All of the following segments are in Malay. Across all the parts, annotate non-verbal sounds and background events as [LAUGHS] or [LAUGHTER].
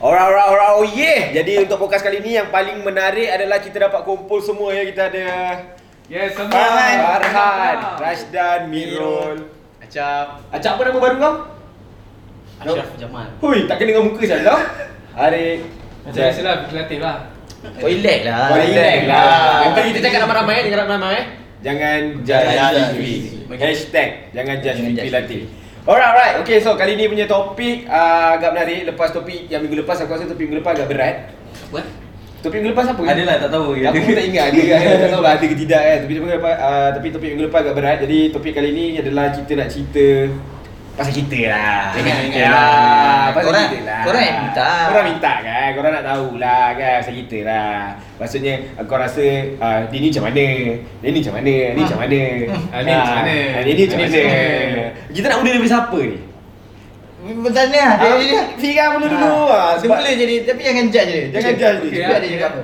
oh Jadi untuk podcast kali ni yang paling menarik adalah kita dapat kumpul semua ya kita ada Yes, semua. Farhan, Farhan, Rashdan, Mirul. Acap Acap apa nama baru kau? Ashraf Jamal Hui, tak kena dengan muka saya tau. Hari Macam biasa lah, fikir latif lah. Kau relax lah Kau relax lah. Nanti kita cakap ramai-ramai eh Jangan ramai-ramai eh Jangan Jangan judge judge VP. VP. Hashtag jangan judge Jangan VP judge Latif. Alright, alright. Okay, so kali ni punya topik uh, agak menarik. Lepas topik yang minggu lepas, aku rasa topik minggu lepas agak berat. What? Topik minggu lepas apa? Adalah tak tahu Aku pun tak ingat ada kan, tak tahu lah ada ke tidak kan. Tapi topik lepas uh, tapi topik minggu lepas agak berat. Jadi topik kali ni adalah kita nak cerita pasal kita lah. Jangan, jangan. Ya, pasal Korang- kita lah. korang yang minta. Korang minta kan. Korang nak tahulah kan pasal kita lah. Maksudnya kau rasa uh, dia ni macam mana? Dia ni macam mana? Dia macam mana? Ah, dia ni macam mana? Ah, Dia ni macam Dia ni mana? macam mana? Kita nak mula daripada siapa ni? Bertanya lah, dia Ah, dia. Fira mula dulu ah Dia sebab mula jadi tapi jangan judge dia. Jangan Okey. judge dia. Okey, Okey, Judge ah. dia cakap apa?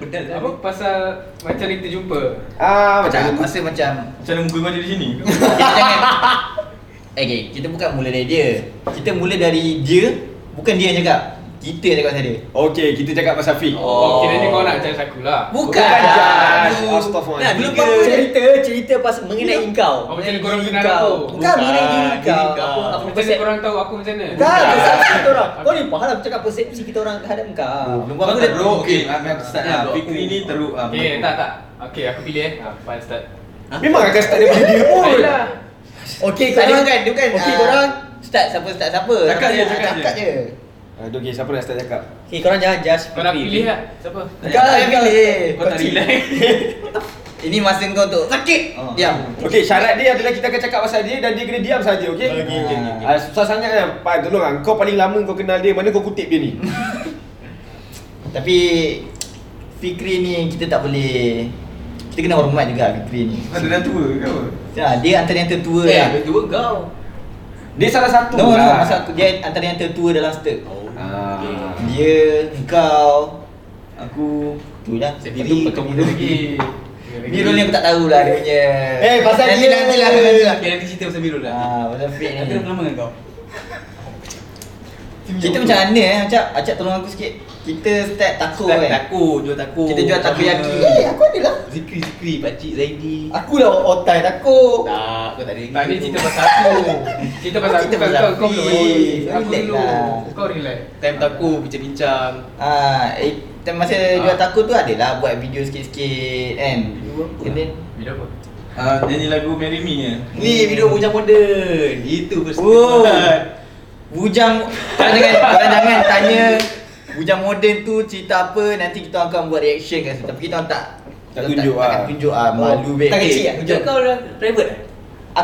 Bedal Apa pasal macam ni kita jumpa? ah macam Macam mana? aku rasa macam Macam mana muka kau jadi sini? kita jangan [LAUGHS] Okay, kita bukan mula dari dia. Kita mula dari dia, bukan dia yang cakap. Kita yang cakap pasal dia. Okey, kita cakap pasal Fik. Oh, kiranya kau nak judge aku lah. Bukan judge. Astaghfirullah. Nah, belum Tiga. apa cerita cerita pas mengenai engkau. Oh, macam ni korang Mengenai kenal engkau. aku. Bukan mengenai diri Bukan, engkau. diri Apa kau. apa Macam ni persepsi korang tahu aku macam mana? Bukan, persepsi kita orang. Kau ni faham cakap persepsi kita orang terhadap engkau. Ah, Nombor Hmm, aku dah teruk Okay, aku start lah Fikri ni teruk Eh, lah Okay, tak tak. Okay, aku pilih eh. lah. Ha, Faham start. Memang akan start daripada dia pun. lah. Ayolah. Okey, Tak, kau dia bukan, dia bukan. Okey, ah, korang. start siapa start siapa. Cakap je, cakap je. Cakap je. Aduh, okay, siapa nak start cakap? Okay, korang jangan judge. Kau nak Fifi. pilih lah. tak? Siapa? Kau tak pilih. Kau tak relax [LAUGHS] Ini masa kau untuk sakit. Oh. Ya. Diam. Okey, syarat dia adalah kita akan cakap pasal dia dan dia kena diam saja, okey? Okey, okey. Ah, susah sangat kan. Pa, tolong ah. Kau paling lama kau kenal dia, mana kau kutip dia [LAUGHS] ni? Tapi Fikri ni kita tak boleh kita kena hormat juga Fikri ni. Ada dah tua kau Ya, dia antara yang tertua Eh, lah. Ya. ada dua kau Dia salah satu No, no, lah. masa aku dia antara yang tertua dalam stek. Ah. Dia, kau, aku, tu lah. Sendiri Satu kau pertemuan muda [LAUGHS] lagi. lagi Mirul ni aku tak tahulah dia punya. Eh, pasal nanti, dia. Ya, Nanti lah, nanti lah. Okay, nanti cerita pasal Mirul lah Ah, pasal fake Aku ni. dah lama dengan kau Kita macam mana eh, Acap? Acap tolong aku sikit. Kita start tako Jual kan. Tako, jual tako Kita jual takoyaki. Sama. Eh, aku ada lah. Zikri, Zikri, Pakcik Zaidi Aku lah otai tako. Tak, kau tak ada Tak ni cerita pasal aku. Cerita pasal aku Cerita kan pasal kau kau Fifi. belum bagi. Kau Aku relax dulu. lah. Kau relax. Time tako, bincang-bincang Ah, eh, time masa Ah. jual taco tu adalah buat video sikit-sikit kan. And then Bila apa? Ah, nyanyi lagu Marry Me ya. Oh. Ni video bujang modern Itu first Wow. time. [LAUGHS] bujang korang jangan korang jangan tanya bujang moden tu cerita apa nanti kita akan buat reaction kat situ. Tapi kita orang tak Tak tunjuk tak, ah. takkan tunjuk ah malu baik. Tak kecil ah. Hujan. Kau dah private ah?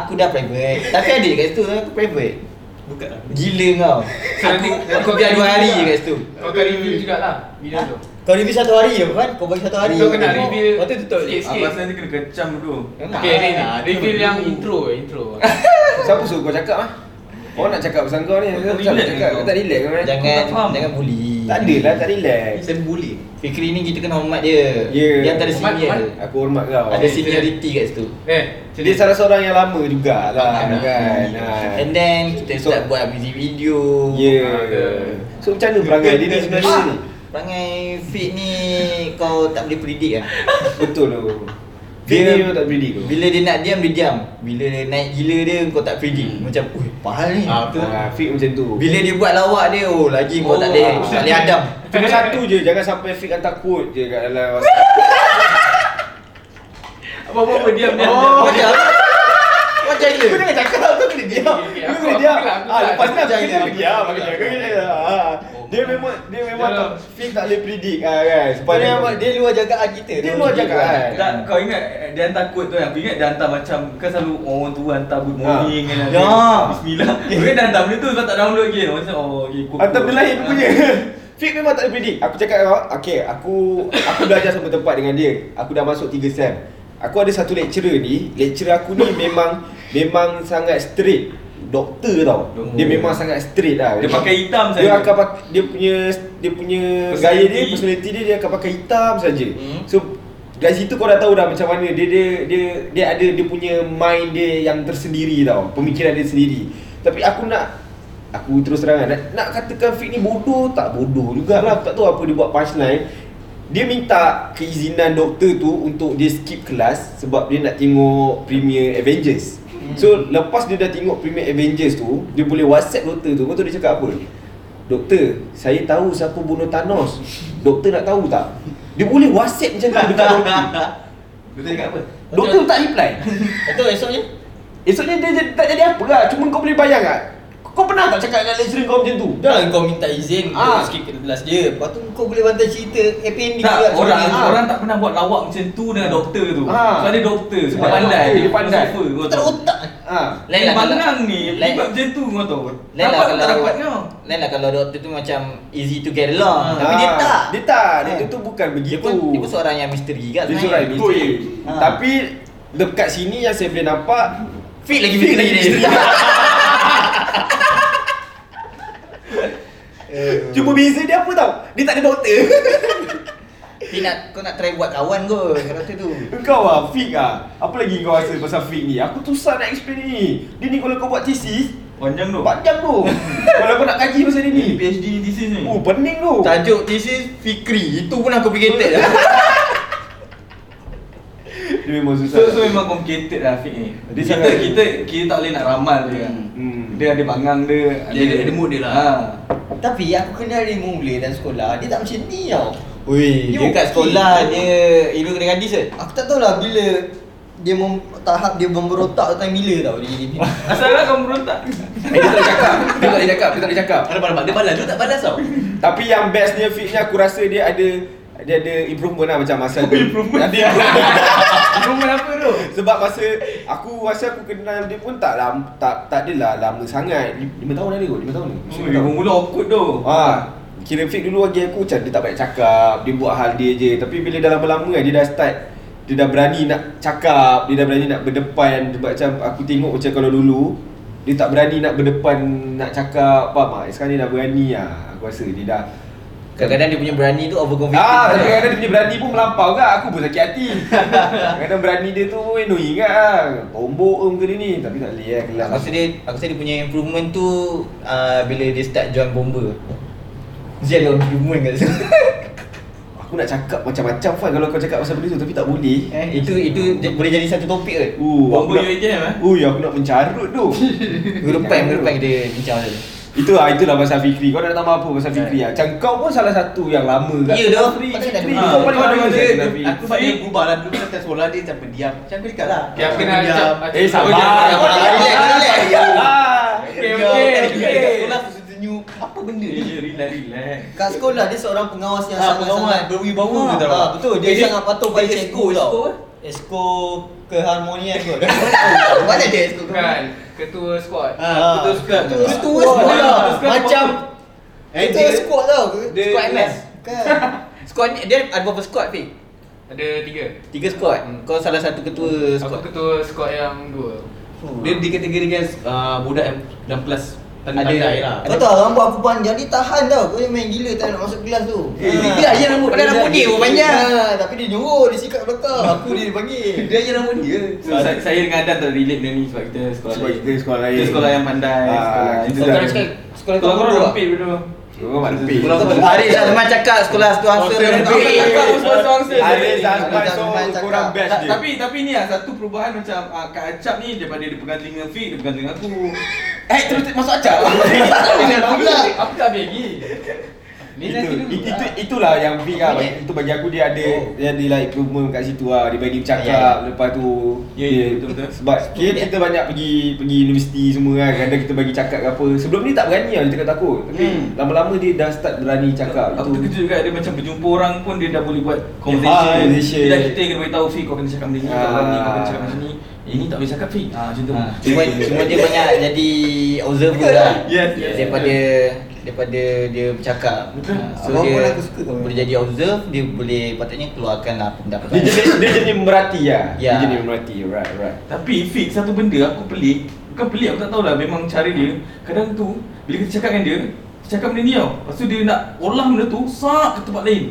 Aku dah private. Tapi ada kat situ aku private. Buka lah Gila kau. So, nanti Aku biar dua hari je kat situ. Kau akan review jugalah video tu. Kau review satu hari je kan? Kau bagi satu hari. Kau kena reveal Lepas tu tutup je. sikit-sikit. Abang nanti kena kecam dulu. Okay, ni ni. Ah, Reveal dia yang dulu. intro, intro. Siapa suruh kau cakap ah? Kau nak cakap pasal kau ni, Kau kau relax tak ke cakap, kau? kau tak relax ke man? Jangan Aku tak faham. jangan bully. Tak ada lah, tak relax. Saya boleh Fikri ni kita kena hormat dia. Ya. Dia antara Hormat, senior. hormat. Aku hormat kau. Ada seniority kat situ. Eh, Dia salah seorang yang lama jugalah Ah, kan. Ah. And then kita So- start buat music video. Ah, Ya. So macam mana perangai dia ni sebenarnya ni? Perangai Fit ni kau tak boleh predict lah. Betul tu. Dia ni Dia- memang tak predict tu. Bila dia nak diam dia diam. Bila dia naik gila dia kau tak predict. Macam, "Ui, pahal ni." Ah, betul. Hmm. Ah, Fik macam tu. Bila dia buat lawak dia, oh lagi Oh, kau tak boleh ah. tak boleh adam. Cuma satu je, jangan sampai Fik hantar quote je kat dalam WhatsApp. Apa-apa, diam, diam Oh, macam Macam dia. Kau jangan cakap, kau kena diam. Okay, okay, Kau aku- kena aku diam. gelak, Ah, aku gelak. lepas ni aku Jangan, kena lah, aku diam. gelak. Aku gelak, Kau kena. Ah. Dia memang dia memang Jangan. tak Fik tak boleh predict ah kan. Sebab Dia dia memang dia luar jagaan kita. Dia luar jagaan. Tak, kau ingat eh, dia hantar quote tu kan? Aku ingat dia hantar macam kan selalu orang tu hantar good Ah. morning kan. Ya. ada Bismillah. Kau ingat dia hantar benda tu sebab tak download lagi. Macam oh okey. quote- Hantar benda lain Ah. punya. [LAUGHS] Fik memang tak boleh predict. Aku cakap dengan awak, okey, aku aku belajar sama tempat dengan dia. Aku dah masuk 3 sem. Aku ada satu lecturer ni, lecturer aku ni memang memang sangat straight. Doktor tau. Dia memang sangat straight lah. Oh. Dia pakai hitam Dia saja. akan pakai dia punya dia punya gaya Personality. dia, personality dia dia akan pakai hitam saja. So dari situ kau dah tahu dah macam mana dia dia dia dia ada dia punya mind dia yang tersendiri tau, pemikiran dia sendiri. Tapi aku nak Aku terus terang kan, nak, nak katakan Fik ni bodoh tak bodoh jugalah Aku tak tahu apa dia buat punchline Dia minta keizinan doktor tu untuk dia skip kelas Sebab dia nak tengok Premier Avengers So lepas dia dah tengok Premier Avengers tu Dia boleh whatsapp doktor tu, kau tahu dia cakap apa? Doktor, saya tahu siapa bunuh Thanos Doktor nak tahu tak? Dia boleh whatsapp macam tu dekat [LAUGHS] doktor Dia cakap apa? Doktor tak reply Itu esoknya Esoknya dia, dia tak jadi apa lah Cuma kau boleh bayang tak? Kau pernah tak cakap dengan lecturer kau macam tu? Dah kau minta izin ah. Ah. skip kelas dia. Lepas tu kau boleh bantai cerita happy ending Tak, orang sebenarnya. Ah. orang tak pernah buat lawak macam tu dengan doktor tu. Ah. Sebab dia doktor, sebab Dia pandai, doktor, dia pandai. philosopher, kau Kau tak ada tahu. otak. Ha. Lain lah kalau- Bangang ni, lain- buat macam tu kau tahu. Lain lah Dapat tak kalau dapat kau. Lain lah kalau doktor tu macam easy to get along. Ah. Tapi dia Ah, tak. Dia tak. Dia Ah. tu- tu bukan Dia begitu. pun dia pun seorang yang misteri kat Dia seorang sebenarnya. misteri. Ha. Tapi dekat sini yang saya boleh nampak Fit lagi Fit lagi misteri [LAUGHS] dia. cuma beza dia apa tau? Dia tak ada doktor. [LAUGHS] Fit nak kau nak try buat kawan kau kata tu. kau ah fik ah. Apa lagi kau rasa pasal fik ni? Aku susah nak explain ni. Dia ni kalau kau buat tesis Panjang tu. panjang [LAUGHS] tu. kalau kau nak kaji pasal dia Ni ni. PhD ni thesis ni. Oh, pening tu. Tajuk thesis Fikri. Itu pun aku [LAUGHS] complicated lah. Dia memang susah. So, so memang complicated lah Afiq ni. Dia kita, sangat- kita kita tak boleh nak ramal dia kan. Hmm. Dia ada bangang dia, Dia ada- ada mood dia lah. Ha. Tapi aku kenal dia mula dalam sekolah Dia tak macam ni tau Ui, Eh, Dia kat sekolah dia ilmu kena gadis ke? Aku tak tahulah bila Dia mem, tahap dia memberotak time bila tau dia jadi Asal lah kau berontak. Eh, dia tak boleh cakap. Dia tak boleh cakap. Dia tak boleh cakap. Ada balas, dia balas tu tak balas tau. Tapi yang bestnya fitnya aku rasa dia ada dia ada improvement lah macam masa tu. Oh, improvement. Dia, Rumah apa tu? [LAUGHS] sebab masa aku masa aku kenal dia pun tak lam, tak tak adalah lama sangat. 5 tahun ada kot, 5 tahun ni. Oh, dia mula awkward tu. Ha, kira Fik dulu bagi aku macam dia tak banyak cakap, dia buat hal dia je. Tapi bila dah lama-lama kan dia dah start dia dah berani nak cakap, dia dah berani nak berdepan sebab macam aku tengok macam kalau dulu dia tak berani nak berdepan nak cakap faham tak? Sekarang dia dah berani lah aku rasa dia dah Kadang-kadang dia lah. punya berani tu overconfident. Ah, tapi kadang dia punya berani pun melampau ke aku pun sakit [LAUGHS] hati. Kadang berani dia tu annoying kan. Tombok em ke dia ni tapi tak boleh lah gelap. Aku rasa dia aku rasa dia punya improvement tu uh, bila dia start join bomber. Dia ada improvement kat [LAUGHS] situ. Aku nak cakap macam-macam Fan kalau kau cakap pasal benda tu tapi tak boleh. eh, itu itu j- boleh jadi satu topik ke? Uh, aku Bomber nak, UAKM eh. Ui, aku nak mencarut [LAUGHS] tu. Gerupan gerupan kita bincang pasal tu. Itu lah, itulah pasal Fikri. Kau nak tambah apa pasal Fikri? Ah? Macam kau pun salah satu yang lama kat. Ya doh. Fikri, Patut tak ada Fikri, berani. kau Ha. Ah, paling Kau lama ada- kat Nabi. Aku buat dia berubah lah Dulu kata sekolah dia macam pendiam Macam aku dekat lah Dia kena ajak Oh, ajak- Eh, sabar. ajak- Kau ajak- relax, ajak- relax. Ah, Okey Kau kan okey. dekat dekat okey. sekolah Susu senyum Apa benda Ya, ni ya, relax relax. Kat sekolah dia seorang pengawas yang Ah, pengawas, sangat-sangat berwibawa Ah, kita tahu. ah, Betul, dia Eh, dia- sangat patuh pada dia cikgu esko, tau esko, eh? Esko keharmonian [LAUGHS] kot Mana dia skor? Bukan. Ketua squad. Ah, Kan. Betul suka Ketua lah. sekolah Macam Eh, Ketua squad Kan. tau dia- Squad dia- MS. Squad ni dia ada berapa squad Fik? Ada tiga. Tiga squad. Hmm, Kau salah satu ketua Aku squad. ketua squad yang dua. Dia dikategorikan ah, budak yang dalam kelas Paling Ada- pandai lah Kau tahu rambut aku panjang dia tahan tau Kau yang main gila tak nak masuk kelas tu Eh, Ah. dia yang rambut Padahal rambut dia pun panjang. Ah, Tapi dia nyuruh dia sikat belakang Aku [LAUGHS] dia panggil Dia yang rambut dia So, saya, saya dengan Adan tak relate benda ni sebab kita sekolah Sebab lain. kita sekolah lain. Kita sekolah yang pandai. Ah, sekolah kita kita dah- dah- sekolah Sekolah korang dua. rempit dulu. Kau mak lebih. Sekolah kau Haris Azman cakap sekolah tu angsa Angsa lebih. lebih. Kau sekolah bangsa. Haris Azman Haris so Azman cakap. kurang best Tak, dia. tapi tapi ni lah satu perubahan macam ah, Kak Acap ni daripada dia pegang telinga Fik, dia pegang telinga aku. Eh terus masuk acak [LAUGHS] Aku tak habis lagi. itu, Ni nanti dulu itu, itu lah. itulah yang big lah bagi, itu bagi aku dia ada oh. dia ada like improvement kat situ lah dia bagi bercakap yeah, yeah. lepas tu dia, Ya, ya, betul-betul. sebab kita, kita banyak pergi pergi universiti semua kan kadang kita bagi cakap ke apa sebelum ni tak berani lah dia cakap takut tapi Hmm. lama-lama dia dah start berani cakap Aku terkejut juga dia macam berjumpa orang pun dia dah boleh buat Ah, conversation. conversation. Tidak kita yang kena beritahu Fik kau kena cakap benda ni, kau Ah. kena ni, kau kena cakap macam ni. Ini tak boleh cakap Fik. Ah macam tu. Ah, Cuma cuma dia banyak jadi observer lah. Yes, yes. Daripada daripada dia bercakap. Betul. Ah, So Abang pun dia aku suka kau. boleh jadi observe, dia boleh patutnya keluarkan lah pendapat. dia jenis dia jenis merati lah Ya. dia jenis merati right right Tapi Fik satu benda aku pelik Bukan pelik aku tak tahulah memang cara dia Kadang tu bila kita cakap dengan dia Kita cakap benda ni tau Lepas tu dia nak olah benda tu Sak ke tempat lain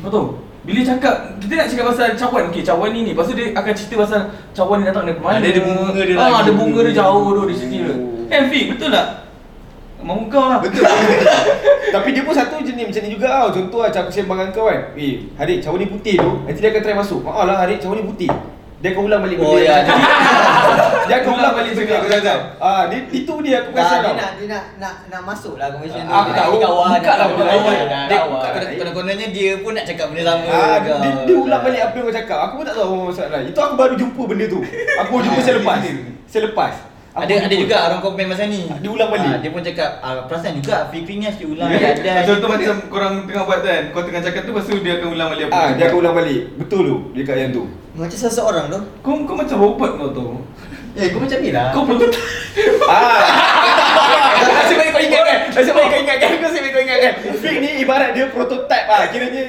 Kau tahu bila cakap kita nak cakap pasal cawan okey cawan ni ni lepas tu dia akan cerita pasal cawan ni datang dari mana Ada- ada bunga dia ah, lagi. Eh, ada bunga dia jauh tu dia cerita Oh. kan Fik betul tak mau kau lah. Betul [LAUGHS] Tapi dia pun satu jenis macam ni juga tau Contoh lah macam aku sembang dengan kau kan Eh Harik cawan ni putih tu Nanti dia akan try masuk Maaf lah Harik cawan ni putih Dia akan ulang balik Oh, benda ya. yang macam ni. [LAUGHS] Dia akan ulang Ulang balik balik benda yang juga. aku cakap Ah, dia, Itu dia aku Dah, Ah, perasan Ah, dia tau nak dia nak nak nak masuk lah conversation tu. Aku Dia tahu. nak kawan, Buka nak lah kawan, kawan. nak Dia kawan. konon-kononnya dia pun nak cakap benda sama Ah, dia, Oh, kau. dia, dia ulang balik apa yang kau cakap Aku pun tak tahu apa masalah Itu aku baru jumpa benda tu Aku baru jumpa selepas Selepas Aku Ada ada jumpa. juga orang komen masa ni. Dia ulang balik. Ah, dia pun cakap ah, perasan juga Fikri ni asyik ulang Ya, ada. Contoh macam korang tengah buat tu kan Kau tengah cakap tu Lepas tu dia akan ulang balik Ah, apa kau dia akan cakap. ulang balik Betul tu Dia kat yang tu Macam seseorang tu. Kau, kau macam robot kau tu Eh, kau macam ni lah. Kau perlu Ah, Nasib baik kau ingat kan? eh? Nasib baik kau ingatkan Nasib baik kau eh? ingatkan Fik ni ibarat dia prototype lah Kiranya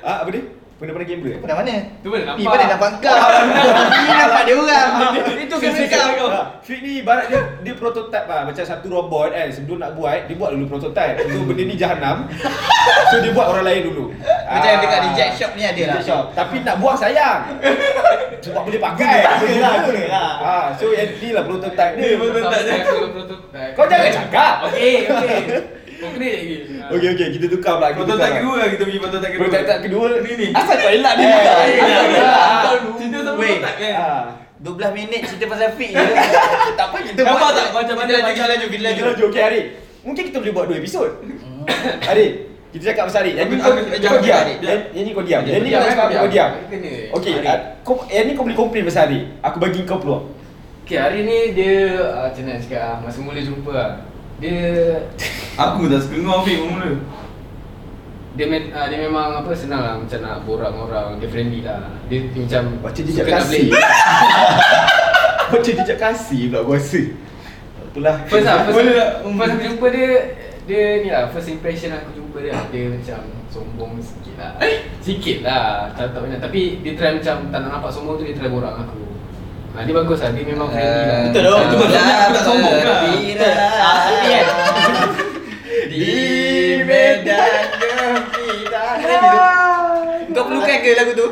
Ah, apa dia? Benda-benda gamer Kau dah mana? Tu pun nampak. Ni pada nampak kau. Ni nampak dia orang. Itu kena kau. Ha, Fik ni ibarat dia dia prototype lah macam satu robot kan sebelum nak buat dia buat dulu prototype. So benda ni jahanam. So dia buat orang lain dulu. Macam Ah, dekat reject shop ni ada lah. reject shop. Tapi nak buang sayang. Sebab boleh pakai. Boleh lah, boleh lah. Ha, so yang ni lah prototype dia. prototype. Kau jangan cakap. Okey, okey. Eh, Kau kena lagi. Okey okey kita tukar pula. Kita tukar Patut tak pula. kedua lah kita pergi patut tak kedua Prototype tak kedua Ni ni Asal tak elak dia. Ah. eh, Cinta sama Weh. tak kan Ha. Ah, 12 minit cerita pasal fik je. Tak apa kita Nampak buat. tak macam Kita lanjut, mana macam- kita lanjut, kita Kita lanjut. lanjut okey Arif. Mungkin kita boleh buat dua episod. Arif, kita cakap pasal Arif. Yang ni Aku- kau aku- yang ni jangan kau diam. Arif. Yang- Yang ni kau diam. Yang ni Diam, kau cakap diam. kau diam. Kena. Okey, Arif. ah, kau yang ni kau boleh komplain pasal Arif. Aku bagi kau peluang. Okey, hari ni dia ah, macam mana nak cakap ah, masa mula jumpa ah. Dia Aku dah suka dengan Afiq mula dia, me- ah, dia memang apa senang lah macam nak borak dengan orang dia friendly lah dia, dia macam Baca dia suka cakap nak [LAUGHS] beli kasih. Macam dia cakap kasih pula aku rasa. Itulah. First lah, first, Boleh tak? first aku jumpa dia Dia ni lah, first impression aku jumpa dia Dia macam sombong sikit lah Sikit lah, tak, tak banyak Tapi dia try macam tak nak nampak sombong tu Dia try borak dengan aku ha, Dia bagus lah, dia memang friendly Eh, lah Betul dong. Itu maksudnya aku tak sombong lah. Kira. Aku ni kan. Di medan [LAUGHS] kita. Kau perlukan ke lagu tu?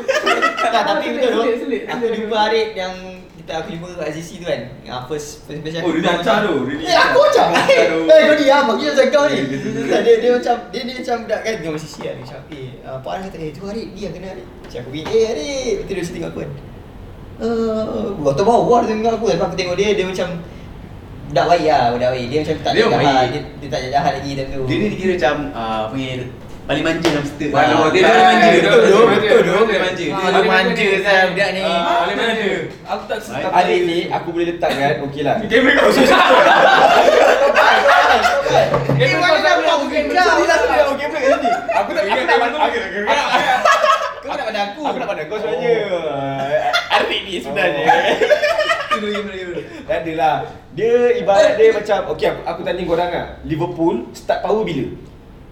Tak, tapi betul tu. Selit, selit, selit. Aku jumpa Arif yang kita aku jumpa kat CC tu kan. Yang first first impression Oh dia dah acah tu Dia ni Eh aku macam Eh Acah tu. eh, kau diam Aku macam kau ni Dia- dia- Tak, Dia dia macam Dia dia macam Budak kan Tengok sisi kan Dia macam Eh ah, Pak Anas kata Eh tu Arif Dia kena Arif Macam aku pergi Eh Arif Lepas tu dia macam tengok aku kan Eh, Waktu bawah dia tengok aku Lepas aku tengok dia Dia macam Budak baik lah Budak baik Dia macam tak Dia jahat baik. Dia, dia tak jahat lagi time tu Dia ni dikira macam ah, apa ni paling manja hamster. Paling Ah, manja. dia paling manja. Betul tu, Betul tu. Paling manja. Dia dulu manja saya budak ni. Ah, Boleh mana Aku tak suka Arif ni aku boleh kan, letakkan okeylah. Kamera kau Eh, Dia memang tak nampak bukan Kau lah sebenarnya okey pula kat sini. Aku tak aku nak pandang Kau nak pada aku. aku nak pandang kau sebenarnya. Arif ni sebenarnya. dulu game dulu Tak adalah. Dia ibarat dia macam okey aku, aku tanya korang ah. Liverpool start power bila?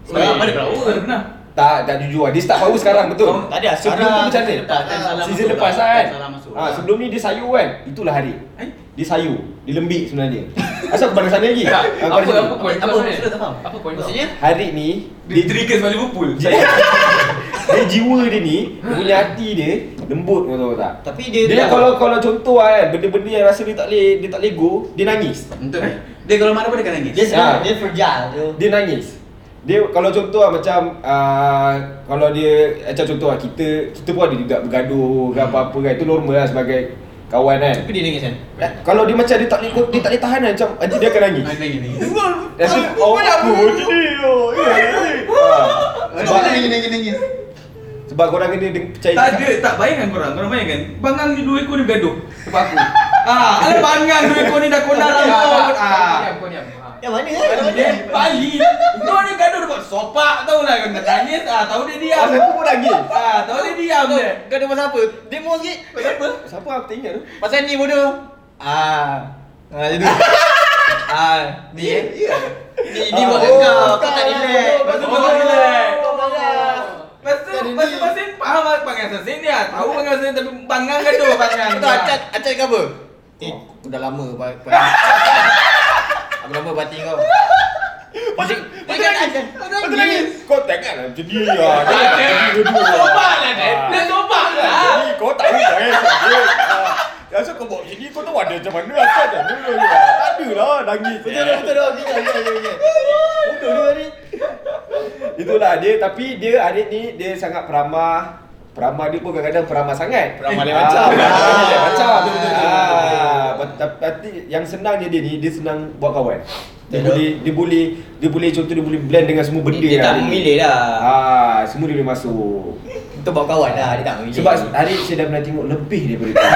Sekarang mana berapa? Mana pernah Tak tak jujur ah. Dia start power sekarang betul. Oh, tak ada. Sebelum tu Sekarang- macam mana? Tak, time salah Season masuk lepas dah. lah kan. Time salah masuk Ha, dah. sebelum ni dia sayur kan. Itulah hari. Eh? Dia sayur. Dia lembik sebenarnya. Asal aku pandang sana lagi? Tak, Aku apa, pandang apa sini. point Apa, kau sebenarnya? maksud tak faham? Apa point kau? Maksudnya? Hari ni Dia trigger sebab Liverpool dia, dia jiwa dia ni, dia punya hati dia lembut kau tahu tak? Tapi dia Dia, dia kalau kalau contoh ah kan, benda-benda yang rasa dia tak boleh dia tak boleh go, dia nangis. Betul. Eh? Dia kalau marah pun dia akan nangis. Dia Ah. dia fragile tu dia nangis dia kalau contoh lah macam uh, kalau dia macam contoh lah kita kita pun ada juga bergaduh ke apa-apa kan itu normal lah sebagai kawan kan Tapi dia nangis kan Eh, kalau dia macam dia tak boleh dia tak boleh tahan lah, macam nanti dia akan nangis Ah, Nangis nangis. rasa oh aku ni oh eh, eh." Ah, sebab nangis nangis. sebab korang kena deng- percaya Tak ada, tak bayangkan korang. Korang bayangkan. Bangang ni dua ekor ni bergaduh. Sebab aku. ah, ala bangang dua ekor ni dah konak Ah, dah. ah, kot. ah, Ah. Diam, kau diam. Ah. Yang mana eh? Yang Dia mana? Bali. Kau ni gaduh dekat sopak tau lah kau tanya ah tahu dia diam. Pasal aku pun nangis Ah, tahu dia diam Kau dia. kau ada pasal apa? Demo sikit. Pasal apa? siapa aku tak ingat tu Pasal ni bodoh. Ah. Ha macam tu. Ah, Ni eh. Ni ni Ah, buat oh, kau. Kau tak relax. Lepas tu Oh, kau tak relax. marah. Lepas tu, lepas tu pasal faham lah bangang sasin dia. Tahu bangang sasin tapi bangang gaduh bangang. Kau acat acat kau apa? Eh, aku dah lama pa- [LAUGHS] pa- Aku lama batin kau. Pasal Dia nangis. aku nangis kau tengok lah macam dia ah. Dia tak jadi gaduh. Ah. Sopak lah dia. Dia sopak lah. Jadi kau tak boleh nangis Ah. Asal kau buat macam ni, kau tahu ada macam mana Asal dah dulu ni Tak ada lah, nangis Betul dah, betul dah. Ingat, ingat, ingat, ingat. Bodoh dia ni. Itulah dia, tapi dia adik ni, dia sangat peramah Peramah dia pun kadang-kadang peramah sangat Peramah lain Ah, macam. Peramah dia lain Ah. macam Betul, betul, betul, betul, betul. Ah. Pat- tap- Tapi yang senangnya dia ni, dia senang buat kawan dia Betul. boleh, dia boleh, dia boleh contoh dia boleh blend dengan semua benda Dia, dia lah tak dia ni. memilih lah. Ah, semua dia boleh masuk. Untuk bawa kawan lah, dia tak memilih. Sebab hari saya dah pernah tengok lebih daripada itu.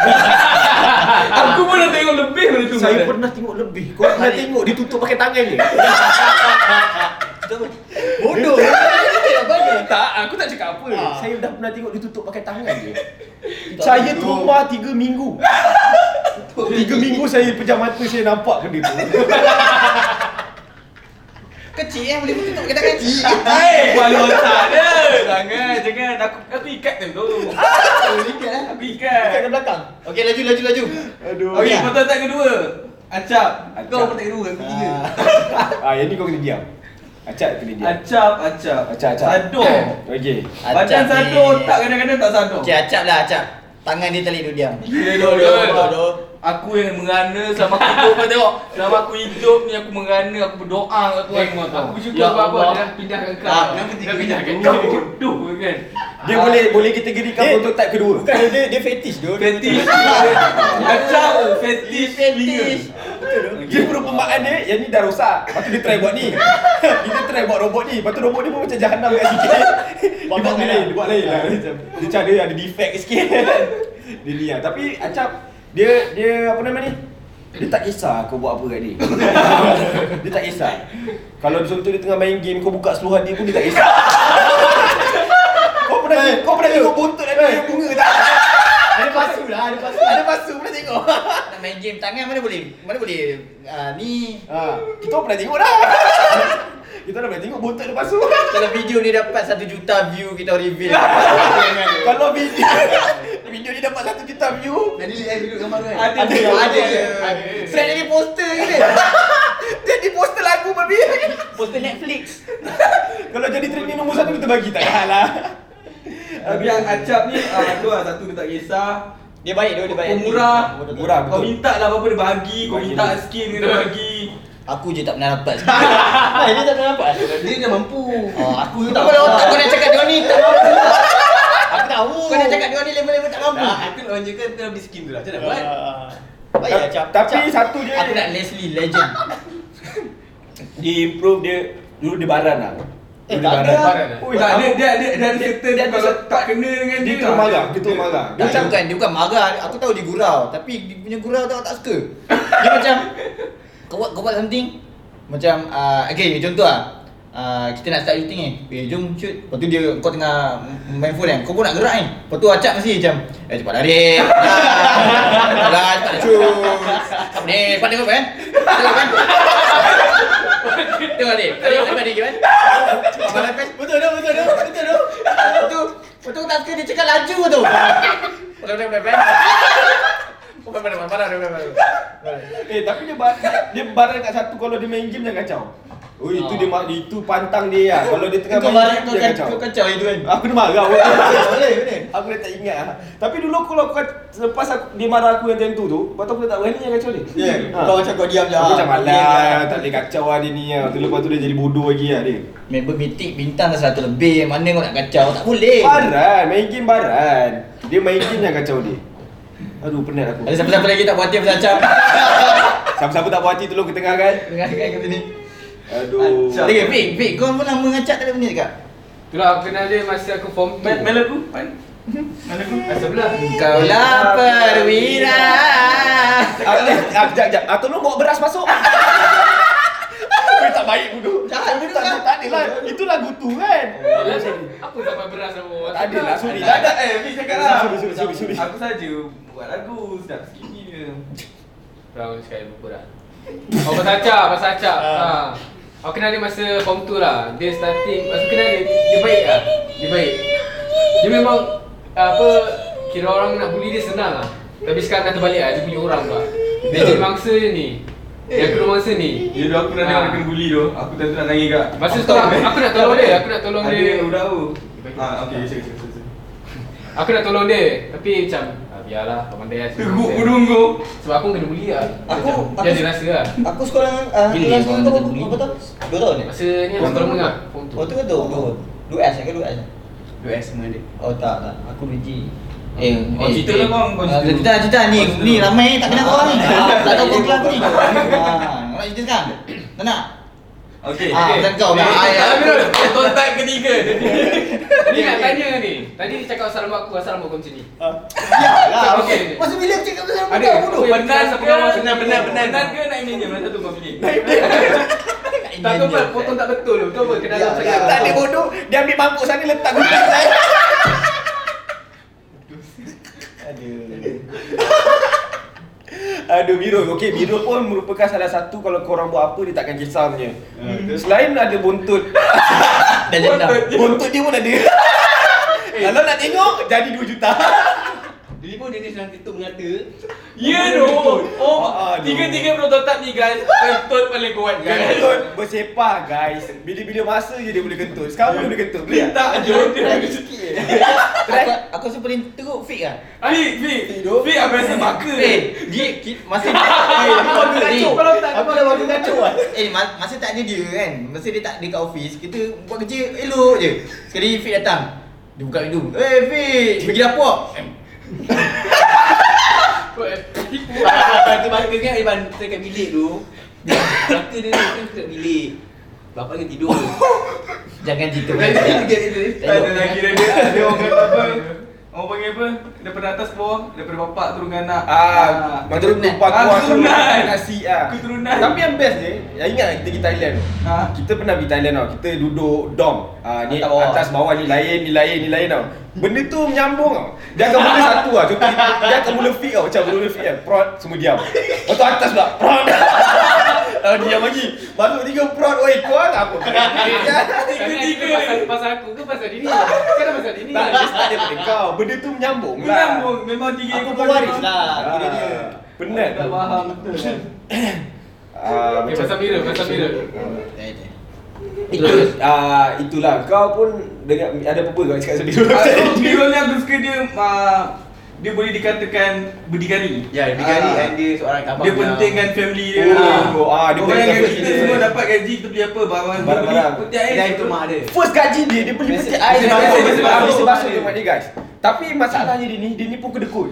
Aku pun dah tengok lebih dari tu. saya pernah tengok lebih. Kau pernah tengok dia tutup pakai tangan [LAUGHS] je. bodoh. dia ni. Apa dia? tak, aku tak cakap apa. Saya dah pernah tengok dia tutup pakai tangan [LAUGHS] je. Tak saya betul. trauma 3 [LAUGHS] minggu. 3 minggu saya pejam mata saya nampak benda tu. Kecil eh boleh tutup kita [LAUGHS] kecil. Hei, walau tak ada. Jangan, jangan. Aku aku ikat tu. Ingat lah. Aku Dekat ikat. ke belakang. Okey, laju, laju, laju. Aduh. Okey, kau tak kedua. Oh, ya. Acap. Acap. Kau kau tak kedua, aku tiga. Ah, yang ni kau kena diam. Acak kena diam. Acap, acap. Acap, acap. Sado. Okey. Acap Badan ni. sado, otak kadang-kadang tak sado. Okey, acap lah, acap. Tangan dia tak boleh duduk diam. Gila Bodoh, dodo. bodoh. Aku yang mengana selama aku hidup kau tengok. Selama aku hidup ni aku mengana, aku berdoa kat Tuhan kau tahu. Aku syukur Ya apa-apa Allah. dia dah pindahkan kau. Ah, kenapa Dah tiga pindahkan ni? kau. Bodoh kan. Dia boleh boleh kategorikan Dia- untuk type kedua. Bukan dia dia fetish tu. Fetish. Acap, fetish. Fetish. Dia perumpamaan dia yang ni dah rosak. Lepas tu dia try buat ni. [LAUGHS] Kita try buat robot ni. Lepas tu robot ni pun macam jahanam kat [LAUGHS] sikit. dia buat lain, dia buat lain lah. Macam dia cara dia ada defect sikit. [LAUGHS] dia ni lah. Tapi Acap dia dia apa nama ni? Dia tak kisah kau buat apa kat dia. [LAUGHS] dia tak kisah. Kalau contoh dia tengah main game kau buka seluar dia pun dia tak kisah. [LAUGHS] kau pernah kau pernah tengok bontot ada bunga tak? [LAUGHS] Ada pasu lah, ada pasu. Ada pasu pernah tengok. Nak main game tangan mana boleh? Mana boleh? Ah ni Ha, kita orang pernah tengok dah. [LAUGHS] kita orang pernah tengok bontot dia [LAUGHS] pasu. kalau video ni dapat 1 juta view kita reveal. Kalau video [LAUGHS] video ni dapat 1 juta view. Jadi lihat duduk gambar kan. Ada ada ada. ada. Selain jadi poster ke [LAUGHS] dia? Dia di poster lagu babi. Poster Netflix. Kalau jadi training nombor 1 kita bagi tak ada lah. Tapi yang acap ni ah, tu lah satu dia tak kisah. Dia baik dia, dia baik. Kau murah. Oh, Murah Kau betul. minta lah apa-apa dia bahagi, kau Bagi minta dia. skin dia bahagi. Aku je tak pernah [LAUGHS] dapat. Hai, dia tak pernah dapat. Dia dah mampu. Oh, aku tak tahu otak kau nak cakap dia ni tak mampu. Aku tahu. Kau nak cakap dia ni level-level tak mampu. Dah, aku nak lanjutkan aku dah beli skin tu lah. Macam mana buat? ah. Baik lah, Cap. Tapi Cap. satu je Aku nak Leslie legend. dia improve dia dulu dia baran lah. Eh, Dulu dia tak baran. Oh, ada. Baran eh? Ui, Tak ada dia dia ada dia ada certain dia ada kalau satu- tak kena dengan dia dia. lah. terus marah, dia kan? terus marah. Dia macam bukan, dia bukan marah. Aku tahu dia gurau. Tapi dia punya gurau tu aku tak suka. Dia macam, kau buat, kau buat something. Macam, uh, okay, contoh lah. Uh, kita nak start shooting ni. Eh, jom shoot. Lepas tu dia, kau tengah main phone kan. Kau pun nak gerak ni. Lepas tu acak mesti macam, eh cepat lari. Alah, cepat shoot. Apa ni, cepat tengok kan. Tengok kan. Tengok ni, tengok tengok ni kan. Cepat malam kan. Betul tu, betul tu, betul tu. Lepas tu, lepas tu aku tak suka dia cakap laju tu. Boleh, boleh, boleh, boleh. Bukan mana, mana, mana, mana. Eh tapi dia bar, dia baran kat satu kalau dia main game dia kacau. Oh itu dia Ah. ma- itu pantang dia lah. Kalau dia tengah main Kau marah game kau dia kacau. kacau. Kau kacau itu [LAUGHS] kan. Aku dia marah. awak. Boleh, boleh. Aku dah tak ingat lah Tapi dulu kalau aku Lepas aku, dia marah aku yang time tu tu Lepas tu aku dah tak berani yang kacau dia Ya, Ha. kau macam kau diam je. Aku ah. macam Kau diam je. malah Tak boleh kacau lah dia ni lah Tu Lepas tu dia jadi bodoh lagi lah dia Member mitik bintang dah 100 lebih. Mana kau nak kacau? Tak Eh. boleh. Baran Main game baran Dia main game yang kacau dia Aduh penat aku Ada siapa-siapa lagi tak puas hati pasal acap? Siapa-siapa tak puas hati tolong ketengahkan Dengarkan kat sini. Aduh Acap. Okay, Fik, Fik, kau pun lama ngacak tak ada benda cakap. Itulah aku kenal dia masa aku form 2. Mel mel aku pan. Mel aku. Sebelah. Kau lah perwira. Ah, eh, ah, Kejap, kejap Ah, Tolong bawa beras masuk Kau tak baik bodoh Jahat bodoh Tak, kan? tak ada lah Itu lagu tu kan Yelah, Apa sampai beras sama orang? Tak ada lah, sorry Tak lah ada eh, Fik cakap lah. Sorry, sorry, sorry, sorry. Aku saja buat lagu sedap sikit dia. Brown sekali lupa dah Oh pasal acap, pasal acap ha. Aku kenal dia masa form 2 lah Dia starting, masa aku kenal dia, dia baik lah Dia baik Dia memang, apa Kira orang nak bully dia senang lah Tapi sekarang dah terbalik lah, dia bully orang pula Dia jadi mangsa je ni Dia kena mangsa ni Ya dulu aku pernah Ah. tengok dia kena bully tu. Aku tak nak nangis kak. Masa tu aku, aku nak tolong dia, aku nak tolong Ada dia udah aku. Ah okey, sik sik sik. Aku nak tolong dia Tapi macam ah, biarlah pandai lah Teguk hidung kau Sebab aku kena beli lah Aku- Macam, aku- Dia ada rasa lah Aku sekolah dengan ah, Gini, kelas orang kau kata berapa bully. berapa tahun? Dua tahun ni? Masa ni aku sekolah menengah Form tu Waktu kan tu? Dua Dua S eh, ke dua S? US semua ada Oh tak tak, aku berji Eh, Oh, cerita lah bang, kau Ah, cerita. Cerita cerita ni, Kau cerita. Ah, ni ramai tak kenal kau ni. Tak tahu kau kelas ni. Ah. Ah, nak cerita sekarang? Tak nak. Okay Ah, macam kau lah. Ah, ya. Tonton type ketiga Ni nak tanya ni Tadi dia cakap pasal rambut aku Asal rambut kau macam ni Ah, Yalah, Okey. masa bila aku cakap pasal Ada. budak bodoh? Okey. Benar Benar, ke? Benar, benar, benar, benar. benar ke nak India? Mana satu kau pilih? Tak kau buat potong tak betul Kau buat kena dalam Ya, cakap ya. Tak ada bodoh Dia ambil mangkuk sana letak gudang saya Aduh Biro Okay Biro pun merupakan salah satu Kalau korang buat apa Dia takkan kisah punya Hmm. Selain ada buntut Dah Eh. jendam. Buntut dia pun [LAUGHS] ada Kalau nak tengok Jadi 2 juta Dulu pun dia ni senang ketuk mengata Ya no. Oh, Aduh. tiga-tiga prototype ni guys. Betul paling kuat guys. Kentut bersepah guys Bila-bila masa je dia boleh kentut Sekarang pun boleh kentut Boleh tak? Tak je. Aku aku rasa paling teruk fake ah. Fik, Fik. Fik apa rasa maka. Eh, dia ki- masa eh, kau Aku kacau ni. Kalau tak Aku dah waktu kacau lah Eh, ma- masa tak ada dia kan. Masa dia tak ada kat office, kita buat kerja elok je. Sekali Fit datang. Dia buka pintu. Eh, Fit, pergi dapur. [LAUGHS] Maka maka kan Iban dekat bilik tu Maka dia ni kan dekat bilik Bapak dia tidur Jangan cerita. Tak ada lagi dia. Dia orang kata apa? Orang panggil apa? Daripada atas bawah, daripada bapak turun ke anak. Ah, macam keturunan. tumpah kuah Ah, keturunan. nasi ah. Keturunan. Tapi yang best ni, yang ingat tak kita pergi Thailand. Ah. Kita pernah pergi Thailand tau. Kita duduk dom. Ah, ni Atas bawah. atas bawah ni lain, ni lain, ni lain tau. Benda tu menyambung tau. Dia akan mula satu ah. Contoh dia akan mula fit tau. Macam mula fit kan. Prod semua diam. Lepas tu atas pula. Prod. [LAUGHS] Lalu diam lagi. Masuk tiga prod. Oi, korang apa? Tiga-tiga pasal, pasal aku ke pasal dia ni Kan dah pasal dia ni Tak ada pada kau. Benda tu menyambung lah. Menyambung memang tiga Aku ekor pewaris kau. lah, Ah, kira dia Penat. Tak faham betul. lah. Ah, Okay, pasal mirror, pasal mirror. Itu ah itulah kau pun dengan ada apa-apa kau cakap sebelum Ah, Biro ni aku suka dia ah, dia boleh dikatakan berdikari. Ya, dia kali kan dia seorang abang Dia pentingkan family dia. Oh, ah, dia pentingkan Orang yang family kita dia. semua dapat gaji kita beli apa barang Barang-barang. beli peti air. Dia itu mak dia First gaji dia dia beli petik air Mesin basuh, mesin basuh. Mesin basuh dia buat ni guys. Tapi masalahnya dia ni dia ni pun kedekut.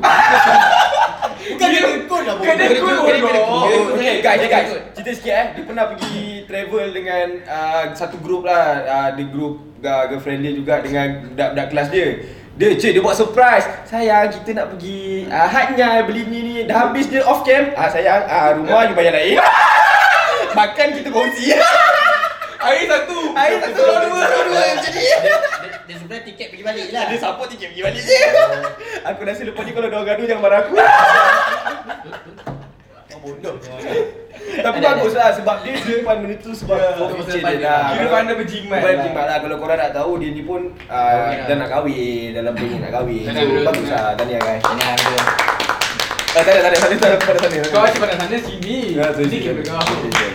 Bukan dia ikut lah Kena kul bodoh. Okay guys guys cerita sikit eh dia pernah pergi travel dengan ah, satu group lah Ah, dia group ah, girlfriend dia juga dengan budak-budak kelas dia. Dia cik dia buat surprise. Sayang kita nak pergi uh, hatnya beli ni ni dah habis dia off cam. Ah sayang ah, rumah you bayar naik. [LAUGHS] Makan kita kongsi. Air satu. Air satu lawan dua lawan dua macam ni. Dia sebenarnya tiket pergi balik lah. Dia ada support tiket pergi balik je. [LAUGHS] Aku rasa lepas ni kalau dia orang gaduh jangan marah aku. Tapi bagus lah sebab dia simpan benda tu sebab for future Ya, dia dah. Kira pandai berjimat. Bukan jimat lah kalau korang nak tahu dia ni pun ah, dah nak kahwin dalam dunia nak kahwin. Tahniah, So, bro. Bagus lah tahniah guys. Tanya dia. Eh, Tak ada tak ada tak ada tak ada pada sana. Kau asyik pada sana sini Ya, tu Ni je. kira kau Okey, okey.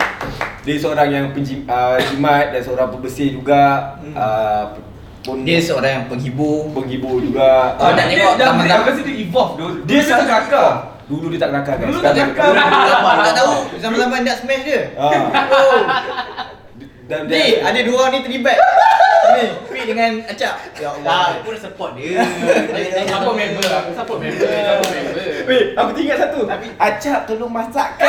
Dia seorang yang penjim, ah, jimat dan seorang pembersih juga. Ah, pun Dia seorang yang penghibur. penghibur juga. Kau Ah, nak tengok dia, taman dia, taman. aku rasa dia evolve tu. Dia tak kelakar. kelakar. Dulu dia tak kelakar guys. Dulu tak Sekarang kelakar. Abang tak tahu zaman-zaman nak smash dia. Ah. Oh. Dan Ni dia ada dua orang ni terlibat. Ni Fit dengan Acap. Ya Lah, Allah. aku dah support [LAUGHS] dia Support member Aku support member Support member Weh, aku teringat satu. Acap tolong masakkan.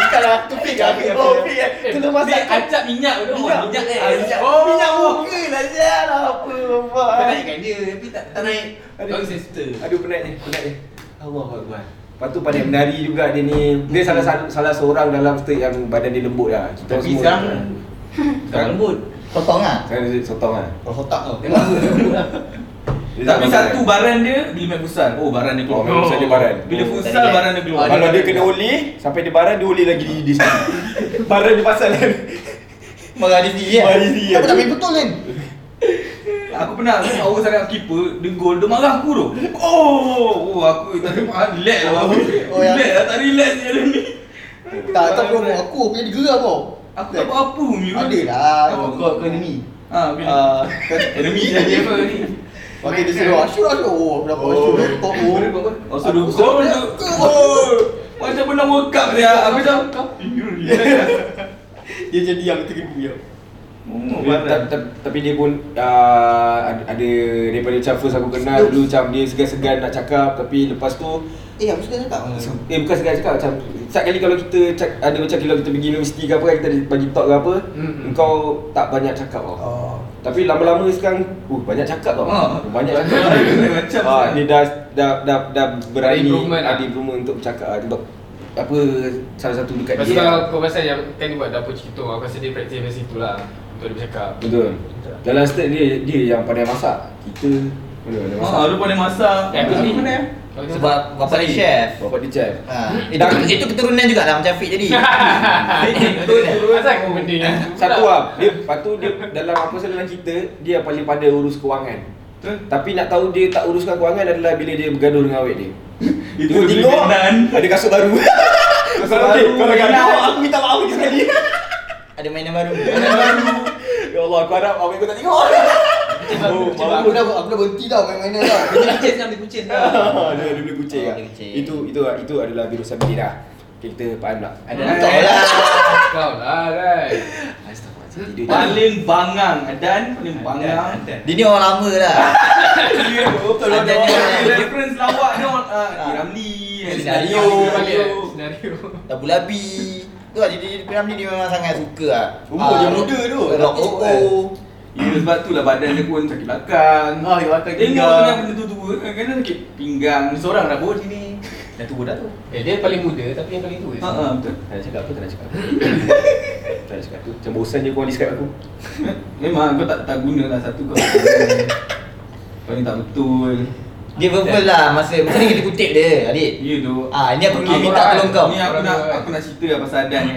Bukanlah aku pick lah Oh, Fik, eh. Tolong Dia masakkan. acap minyak tu. Oh, Minyak. Minyak Ah, eh. minyak. Minyak muka lah Zia lah apa buat. Kau naikkan dia tapi tak tak naik Kau sister Aduh penat ni, penat ni. Allahuakbar. Lepas tu pandai menari juga dia ni. Dia salah salah, salah seorang dalam state yang badan dia lembut lah. Kita Tapi semua. sekarang Kan? Tak lembut Potong ah. Sekarang dia sotong lah. Kalau otak kau Tengok aku lembut lah Dia Tapi tak satu makan. baran dia bila main futsal. kan? Oh, baran dia Oh, keluar. memang saya dia baran. Bila Oh, futsal tak ada. baran dia keluar. Kalau dia kena oli, sampai dia baran, dia oli lagi di di [LAUGHS] sini. baran dia pasal kan. Marah dia sendiri. Marah dia sendiri. Kau ya? tak main betul kan? Aku pernah kan, power sangat keeper, dia gol, dia marah aku tu. Oh, oh aku tak ada relax lah aku. Oh, yang- Relax lah, tak relax je hari ni. Tak, tak promo aku, aku jadi gerak kau Aku tak buat apa pun, Miru. Ada lah Oh, Kau kau enemy Ha, bila. Ah, Enemy jadi apa ni? Okey dia suruh Ashur Ashur Oh aku dapat Ashur Kau oh Oh suruh kau Macam pernah work up dia Aku macam Kau Dia jadi yang tergenu ya. Oh, Hmm, Tapi- barang. tapi- tapi- Tapi dia pun uh, ada, ada daripada macam first aku kenal dulu macam dia segan-segan nak cakap tapi lepas tu Eh aku suka cakap se- eh bukan segan cakap macam setiap kali kalau kita cak, ada macam kalau kita pergi universiti ke apa kan kita ada bagi talk ke apa Mm-mm. kau tak banyak cakap tau. Oh Tapi lama-lama sekarang uh, banyak cakap tau. Ah. banyak cakap. Macam ah, dia dah dah dah, dah berani Improvement lah. ada improvement untuk bercakap ah, sebab apa salah satu dekat Lepas tu dia. kalau kau pasal yang kan dia buat dapur cikito Aku rasa dia praktis dari situ lah Untuk dia bercakap Betul. Dalam step dia dia yang pandai masak. Kita mana pandai masak. Ah, lu pandai masak. Eh, aku ni. pandai. Kau ni- Sebab bapa dia chef. Bapak dia chef. Eh, Ha, itu, itu keturunan jugalah macam Fik jadi. [LAUGHS] Betul betul Asal kau benda [LAUGHS] yang tu pula? Satu lah dia, Lepas tu dia dalam apa sahaja kita Dia yang paling pandai urus kewangan Betul. Tapi nak tahu dia tak uruskan kewangan adalah bila dia bergaduh dengan awet dia Itu Tengok, tengok, kenan. Ada kasut baru Kasut baru kau bergaduh. Aku minta maaf dia sekali Ada mainan baru. Ya Allah aku harap awet kau tak tengok Oh, Aku dah aku dah berhenti tau main-mainan tau Kucing nak beli kucing lah. Ah, dia dia boleh kucing Oh, ah. dia kucing. Itu itu itu adalah virus sabirah. Kita faham tak? Ada laptop lah. Kau lah kan Astagfirullah. Paling bangang Adan paling bangang Dia ni orang lama lah. Ya betul lah Adan ni orang lama. Reference lawak ni orang ah, Ramli Senario. Senario Labu labi. Tu lah jadi Piramli ni memang sangat suka lah. Umur Oh, dia muda tu. Rock Rock oh, and roll. Ya sebab tu lah badan dia pun sakit belakang Ah, you akan Tengok sangat benda tu tua Kadang-kadang kan, sakit pinggang Seorang dah bos ni. Dah tua dah tu. [LAUGHS] Eh dia paling muda tapi yang paling tua Ha ah, betul Tak nak cakap aku tak nak cakap. tak nak cakap aku. Macam bosan je kau describe aku. Memang kau tak tak guna lah satu kau Paling tak betul Dia verbal lah masa masa ni kita kutip dia, adik. Ya tu Ah, ini aku Okey, pergi minta tolong kau. Ni aku nak aku nak cerita lah pasal Adan ni.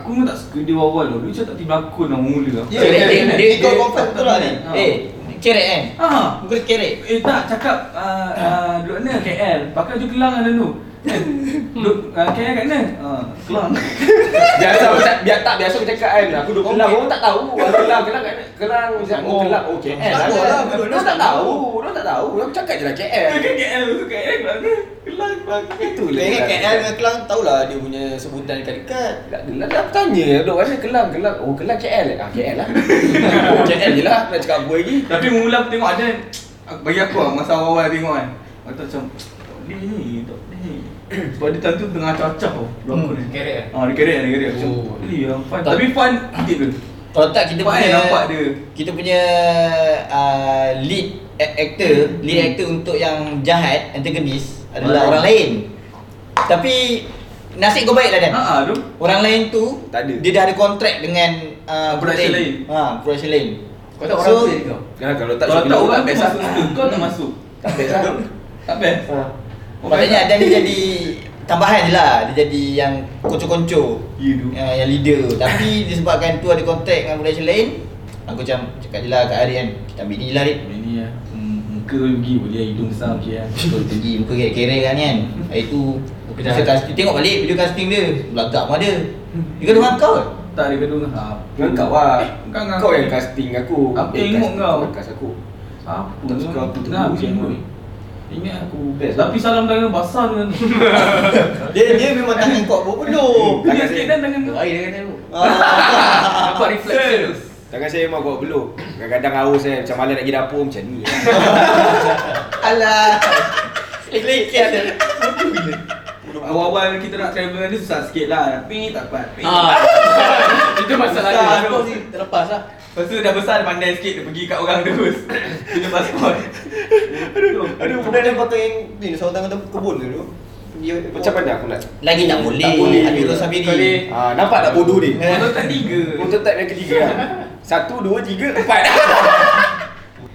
Aku pun tak suka dia awal tau. Dia macam tak tiba aku nak mula tau. Ya, Cerek ya, dia, ya. dia Kau confirm betul lah ni. Ha. Eh, cerek kan? Ha. Muka dia cerek. Eh tak cakap ah, ah, duduk mana KL. Pakai baju kelang ada tu. Eh, Duduk ah, KL kat mana? Ha, kelang. [LAUGHS] Biasa aku tak biar tak biasa aku cakap kan. Aku duduk kelang orang tak tahu. Aku kelang kelang kat- kelang macam oh kelang oh KL. Tak tahu lah, aku duduk Orang tak tahu. Orang tak tahu. Aku cakap je lah KL. Dia kan KL tu KL kelang. Kelang kelang. Itu Kau lah. ingat KL dengan Kelang tahulah dia punya sebutan dekat-dekat Tak adalah nak tanya duduk mana kelang kelang. Oh kelang KL. Ah KL [LAUGHS] lah. Oh, KL je lah. Nak cakap apa lagi? Tapi mula aku tengok Adan bagi aku lah masa awal-awal tengok kan. Aku tak macam tak boleh ni, tak boleh ni. [CLEARS THROAT] Sebab dia time tu tengah cacah tau. Berapa ni? Kerek eh Ah, dia kerek dia kerek macam. Oh. Ni yang fun. Tapi fun kutip dia. Kalau tak kita Nampak punya eh, nampak dia. Kita punya uh, lead a- actor, lead Hmm. actor untuk yang jahat, antagonis adalah Orang orang lain. Tapi nasib kau baiklah Dan. Ha ah, tu. Orang lain tu Tak ada. Dia dah ada kontrak dengan uh, Production hotel. lain. Ha, production lain. Kau tak orang kucing kau. Nah, kalau tak Kalau tak sebelum- orang tak masuk situ, kau tak masuk. tak best lah. Tak best. [LAUGHS] Ah. Orang Patutnya tak- Adan dia jadi tambahan je lah. Dia jadi yang konco-konco. Ya tu. Uh, yang leader. [LAUGHS] Tapi disebabkan tu ada kontrak dengan production lain, aku macam cakap je lah kat Arik kan. Kita ambil ni je lah Arik. Ini ah. Hmm, Muka pergi boleh hidung besar okey ah. Betul pergi muka kerek-kerek kan kan. Hari tu Muka Kita jahat. casting, tengok balik video casting dia Belagak pun ada Dia kena dengan kau ke? Tak ada gedung ah. Dengan kau lah Eh, kau dengan Kau aku. yang casting aku Aku Eh, tengok cast- kau. Cast aku Apa? Tak suka aku tu. Nah, macam ni. Ingat aku Best. Tapi salam tangan basah dengan [LAUGHS] tu Dia dia memang tangan kuat buat penuh Dia sikit dan tangan tu Air dengan aku. Ah, Nampak reflection tu Tangan saya memang buat belum Kadang-kadang haus saya Macam malam nak pergi dapur macam ni Alah Awal-awal kita nak travel dengan dia susah sikit lah Tapi tak dapat Ah, [LAUGHS] Tapi Itu masalah Besar dia tu. Kau ni terlepas lah. Lepas tu dah besar dia pandai sikit dia pergi kat orang [LAUGHS] terus Punya pasport Aduh Aduh pernah dia pakai yang ni seorang tangan tepuk kebun tu tu. Dia Macam mana aku nak Lagi tak boleh Tak boleh. Amirul Sabiri Kau ni- Ah, Nampak tak bodoh dia Motor tak tiga Prototype yang ketiga lah. Satu, dua, tiga, empat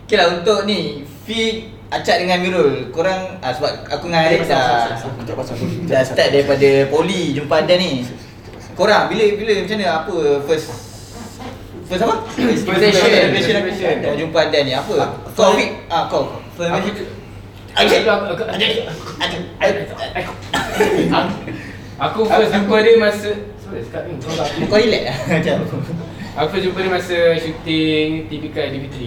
Okay lah untuk ni Fik Acat dengan Amirul Korang ah, Sebab aku dengan lah. Arik dah Tak pasal Dah start daripada poli Jumpa Adan ni Korang bila bila macam mana Apa first First apa? First impression impression aku. Kau jumpa Adan ni Apa? Kau Fik Ah kau kau. First Aku impression. tu- Ajit. Aku- aku- aku- Ajit. Ajit. Ajit. Aku first jumpa dia masa Sorry cakap ni kau tak- [LAUGHS] Kau relax lah Macam Aku first jumpa dia masa syuting TPK DV3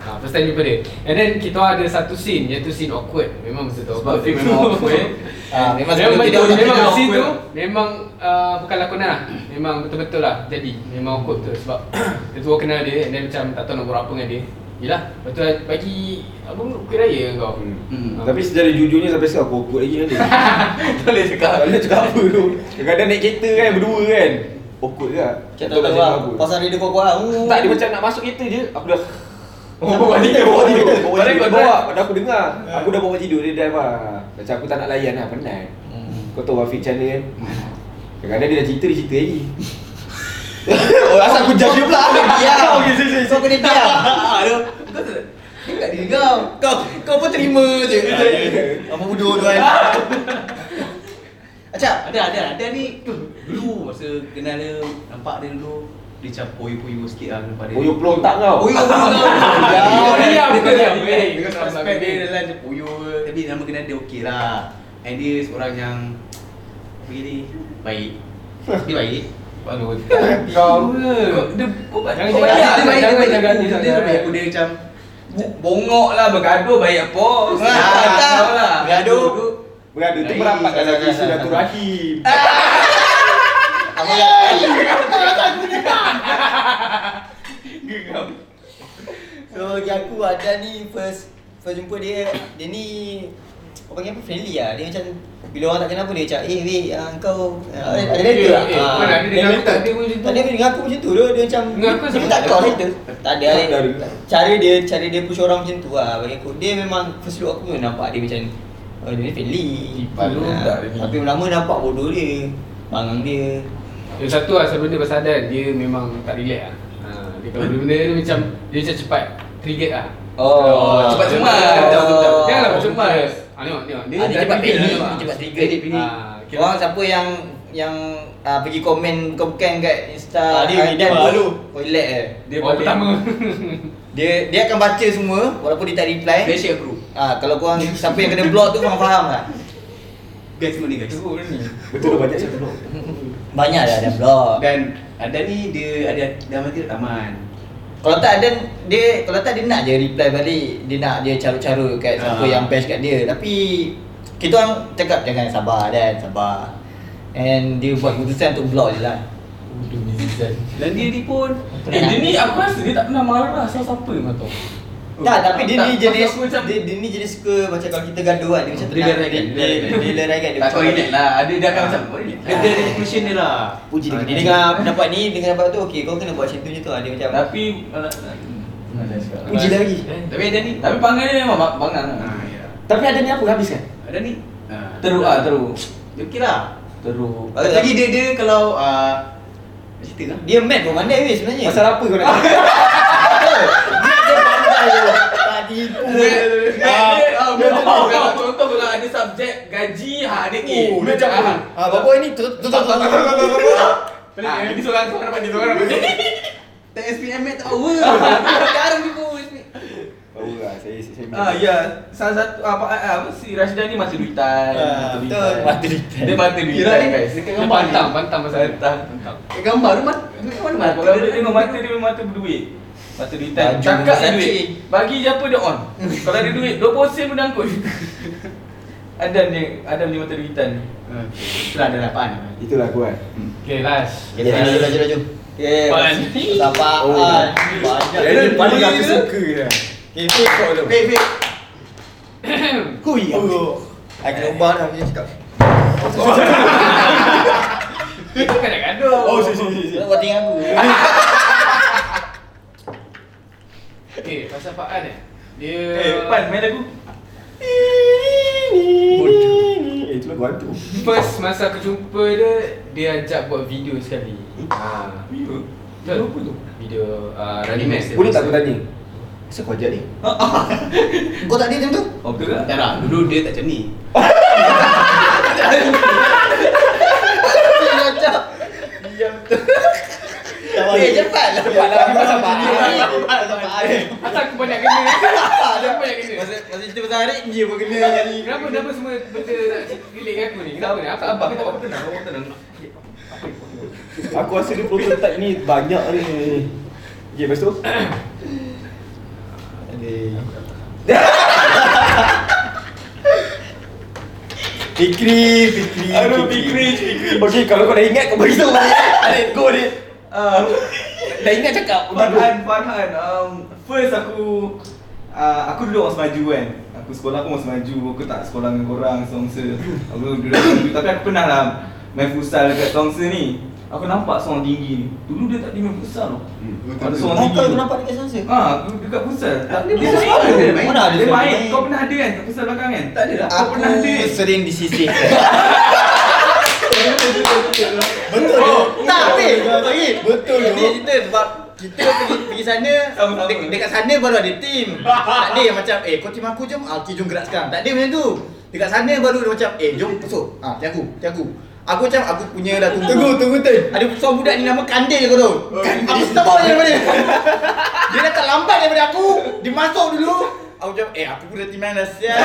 Ha, first time jumpa dia And then kita ada satu scene Iaitu scene awkward Memang masa tu Sebab awkward film Memang tu- awkward Ah, memang [LAUGHS] Memang sebelum betul tidur tak Memang tidur scene tu awkward. Memang uh, bukan lakonan lah Memang betul-betul lah Jadi memang awkward tu Sebab [COUGHS] Dia tua kenal dia And then macam tak tahu nak buat apa dengan dia Yelah Lepas tu bagi Abang nak kuih raya kau Ah. Hmm. Hmm. Tapi secara jujurnya sampai sekarang aku awkward lagi kan dia. Tak boleh cakap. Tak boleh cakap apa tu. Kadang-kadang naik kereta kan berdua kan. Awkward juga. Cak tak tahu lah Pasal dia kuat-kuat lah Uh, Tak dia macam nak masuk kereta je aku dah Oh, bawa tidur, bawa tidur. Bawa tidur bawa Eh. Padahal aku dengar Aku dah bawa tidur Dia drive lah Macam aku tak nak layan lah Penat Kau tahu Wafiq macam mana kan Kadang-kadang dia dah cerita Dia cerita lagi Oh, asal aku judge dia pula [LAUGHS] Kau kena diam Kau kena diam [LAUGHS] Kau tak Dekat diri kau. Kau kau pun terima je. Ya, Apa bodoh tu kan [LAUGHS] Acap Ada ada ada ni. Tu, Dulu masa kenal dia nampak dia dulu dia macam poyo-poyo sikit lah nampak dia. Boyo pelontak kau Poyo poyo. Kau diam Kau diam Weh, Dengan suspek Ya, dia dalam dia poyo ke. Tapi nama kenal dia okey lah. And dia seorang yang begini baik. Dia [LAUGHS] baik. Bagus. Kau ke Dia kau buat Jangan kau jangan buat- jangan baik, jangan dia jangan baik. jangan Dia baik. Aku dia macam bu- bongok lah bergaduh baik apa. Ah, Senang, tak. tahu lah. Bergaduh. Berada tu Baik, merapat kat lagi salah, salah, Silaturahim Apa yang Gegam. So bagi aku ada ni first first jumpa dia dia ni orang panggil apa friendly lah. Dia macam bila orang tak kenal pun dia macam eh weh ah, kau ah, ada ada Eh, letter tak? eh, Ah, mana ada dengan aku, dia pun macam tu. Tak ada dengan aku macam tu dia, dia macam Dengan aku dia sama tak tak kau ada. letter. Tak ada. Tak ada. Cara dia cara dia push orang macam tu lah bagi aku. Dia memang first look aku nampak dia macam oh, dia ni friendly. Tipu Ah, tak dia ni. Tapi lama nampak bodoh dia. Bangang dia. Yang satu lah sebelum dia bersadar dia memang tak relax lah. Ha, dia kalau benda-benda dia macam dia macam cepat trigger lah. Oh, cepat dia- cemas. dia- dia- dia- dia- Oh. Janganlah cemas. Ah, tengok, tengok. Dia Ah, dia cepat trigger panic, lah, dia cepat nampak. trigger, dia panic. Ah, Okay. kira- Orang siapa yang yang uh, pergi komen bukan-bukan kat Ah, Insta dia- ah, dia kan, malu. Kau relax eh. Dia Orang paling- pertama. Dia dia akan baca semua walaupun dia tak reply. Dia share crew. Ah kalau korang siapa yang kena block tu korang faham lah. tak? Guys semua ni guys. Betul banyak saya penuh Banyak dah ada block. Ah, Dan ada ni dia ada dalam hati dia taman. Kalau tak ada dia kalau tak dia nak je reply balik. Dia nak dia cara-cara kat siapa Ah. yang bash kat dia. Tapi kita orang cakap jangan sabar dan sabar. And dia buat keputusan untuk block je lah. Bodoh ni Zizan. Dan dia ni pun Eh dia ni aku rasa dia tak pernah marah lah, Sama siapa kau tahu Oh. Tak, tapi dia ni tak, jenis aku macam- dia, dia ni jenis suka macam kalau kita gaduh kan dia macam Dia tenang. lerai kan, dia dia lerai dia, kan. dia lerai Eh, kan dia tak kau relax lah. Ada dia akan macam "Oh, relax." Dia dia ada conclusion dia lah. Puji dia. Ah, Dia [LAUGHS] dengar pendapat ni, dengar pendapat tu, okey kau kena buat macam tu je tu. ah. Dia macam Hmm, Tapi alah, alah, alah, cakap. Uji lagi Tapi ada ni. Eh, Tapi panggil dia memang bang- bangang lah. Ah, ya. Tapi ada ni apa kan? habiskan? Ada ni. ah, Teruk ah teruk Dia okey lah. Teruk Lagi dia dia kalau ah, cerita lah. dia mad pun pandai weh sebenarnya. Pasal apa kau nak dia pandai tu. Tak tipu. Eh, Ah, Kalau contoh kalau ada subjek gaji ha dia ni. Oh, dia campur. Ah, Ah bapak ni tu tu tu. ah, Ini seorang seorang dapat dia seorang dapat dia. Tak SPM mat tahu. Sekarang ni pun SPM. Tahu lah saya saya [LAUGHS] Ah ya, salah satu apa ah, apa si Rashida ni mata duitan. Ah, betul. Mata duitan. Dia mata duitan Kira ni, guys. dekat Dia gambar ni. pantang, pantang pasal dia. Pantang. Pantang. Eh, Gambar rumah. Mana mana? Kalau dia tengok mata dia memang mata berduit. Mata duitan. Baju, Cakap dia Versace. duit. Bagi je apa dia on. Kalau ada duit 20 sen pun dia angkut. [LAUGHS] Adam dia, Adam dia mata duitan. Itulah ada lapan. Itulah aku kan Okay, last. Kita laju laju laju. Okey. Pan. Sabar. Oh. Banyak. Jadi paling aku suka lah Okey, fake kau tu. Babe, babe. Hui. Aku nak ubah dah punya cakap. [LAUGHS] Kita kan nak gaduh. Oh si si si si. Kau buat tinggal aku. Okay, pasal Faan eh. Dia... Eh, Pan main lagu. Eh itulah kau hantu First masa aku jumpa dia, dia ajak buat video sekali. Ha. Betul. Apa tu? Video uh, Running Man. Boleh tak aku tanya? Kenapa kau ajak ni? Kau tak ada macam tu? Oh betul Tak tak? lah, dulu dia tak macam ni Eh, cepatlah. Cepatlah. Sabar. Sabar. Asal aku banyak kena? Asal aku banyak kena? Masa masa cerita pasal Arif dia pun kena jadi. Kenapa kenapa semua benda nak relate dengan aku ni? Kenapa ni? Apa Abang abang tak tak apa tenang, abang tenang. Aku rasa dia [COUGHS] prototype ni banyak ni Okay lepas tu [LAUGHS] Fikri, Fikri. Aduh, Fikri, Fikri. Okey, kalau kau dah ingat kau bagi tahu. Adik go ni. [LAUGHS] Ah, Dah ingat cakap. Farhan, Farhan. Um, first aku uh, aku duduk orang semaju kan. Aku sekolah pun orang semaju. Aku tak sekolah dengan korang semasa. Aku duduk orang semaju. Tapi aku pernah lah main futsal dekat Tongsa ni. Aku nampak seorang tinggi ni. Dulu dia tak pergi main futsal tau. Ada seorang Kau tinggi. kau nampak dekat sana Ha, aku dekat futsal. Tak dia kan? Dia main. suara Dia dia main. Mana ada Dia suara main. main? Kau pernah ada kan kat futsal belakang kan? Tak ada lah. Kau Aku pernah ada. sering disisihkan Betul. Oh, Tak, Fik. Sorry. Betul oh, Ini cerita sebab kita pergi pergi sana Sama-sama. de- dekat sana baru ada team. Tak ada yang macam eh kau team aku jom, ah okay, jom gerak sekarang. Tak ada macam tu. Dekat sana baru dia macam eh jom pesuk. Ah team aku, team aku. Aku macam aku punya dah tunggu. Tunggu, tunggu Oh, ten. Ada seorang budak ni nama Kandil kau tahu. Aku sebab daripada dia. [LAUGHS] Dia datang lambat daripada aku. Dia masuk dulu. Aku macam eh aku pun dah team dah [LAUGHS] sial.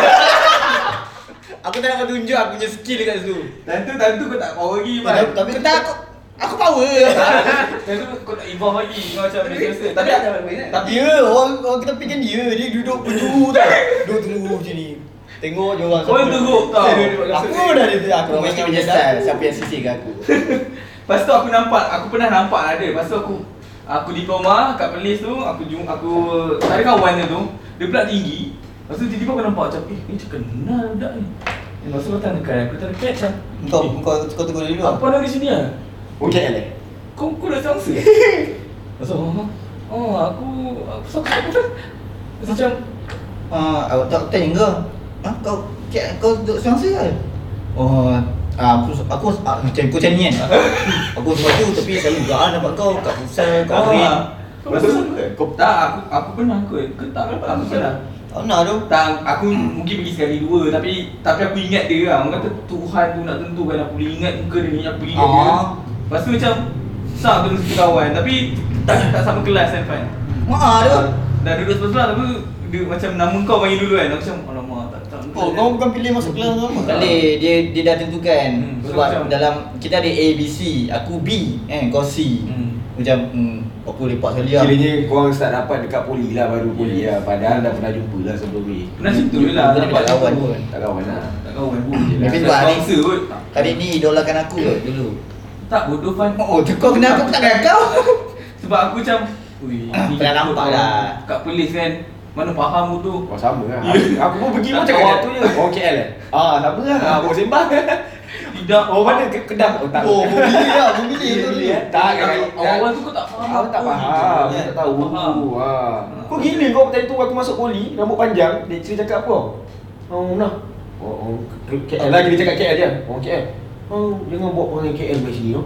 Aku tak nak kau tunjuk aku punya skill dekat situ. Dan tu time tu kau tak power lagi Farhan. Tapi tak aku aku power. Dan tu kau tak evolve lagi. Kau macam biasa. Tapi eh? tak ada main kan? Tapi ya, orang, orang kita fikir dia, dia duduk penjuru tau Duduk tunggu macam ni Tengok je orang kau yang teruk tau. Aku dah dia Aku [LAUGHS] Aku mesti menyesal siapa yang sisih ke [LAUGHS] aku. Lepas tu aku nampak, aku pernah nampak lah dia. Lepas tu aku aku diploma kat Perlis tu, aku jumpa aku ada kawan dia tu. Dia pula tinggi. Lepas tu tiba-tiba aku nampak macam eh ni terkenal budak ni. Eh, Lepas tu kau tak dekat, aku tak dekat macam Kau, kau, kau tunggu dulu Apa lah dah di sini ah? Okey leh. Kau kau dah sangsa? [LAUGHS] Lepas tu oh, oh aku aku sakit aku [LAUGHS] tak. Lepas tu macam oh, Ah, awak tak tanya kau. Ha, kau kau- kau duduk sangsa ke? Oh, ah, aku aku ah, macam kau macam ni kan. aku sebab tu tapi selalu gak nampak kau kat pusat kat kau ring. Lepas tu kau tak aku aku pernah kot. Kau tak aku pernah. Tak nak tu Tak, aku mungkin pergi sekali dua tapi tapi aku ingat dia lah. Orang kata Tuhan tu nak tentukan aku boleh ingat muka dia ni, aku boleh ingat dia. Ah. Lepas tu macam sah terus ke kawan tapi tak tak sama kelas kan Fan. Mak ah tu. Dah duduk sebelah tapi dia macam nama kau panggil dulu kan. Aku macam alamak tak tak. Oh, kau bukan pilih masuk kelas sama Tak boleh, dia dia dah tentukan Hmm, sebab macam- dalam kita ada A B C, aku B eh kau C. Hmm. Macam hmm, aku lepak sekali Ya. lah. Kiranya korang start dapat dekat poli lah baru poli lah Padahal dah pernah jumpa lah sebelum ni Pernah situ je lah Dia dapat tak kawan tu. pun. Tak kawan lah Tak kawan pun je lah. Tapi sebab hari- Bangsa kot. Kali ni idolakan aku ke dulu? Tak bodoh Fan. Oh, tu kau kenal aku tak kenal kau. [LAUGHS] Sebab aku macam Ui, Ah, ni pernah ikut nampak orang lah. Kat polis kan Mana faham bodoh Oh sama lah Aku, [LAUGHS] aku pun pergi pun cakap orang tu je Orang KL eh? Ah sama lah Ah bawa [LAUGHS] sembang Tidak Oh mana ke Kedah Oh tak Oh, memilih lah, memilih tu Gili, dulu eh? Tak kan Awal tu kau tak faham Aku tak apa faham je, Aku kan? tak tahu Faham. ha. Kau gila kau tadi tu aku masuk poli Rambut panjang Lecturer cakap apa Oh nah Oh, oh KL lah kita cakap KL je Orang KL Oh jangan buat orang KL kat sini [LAUGHS] oh.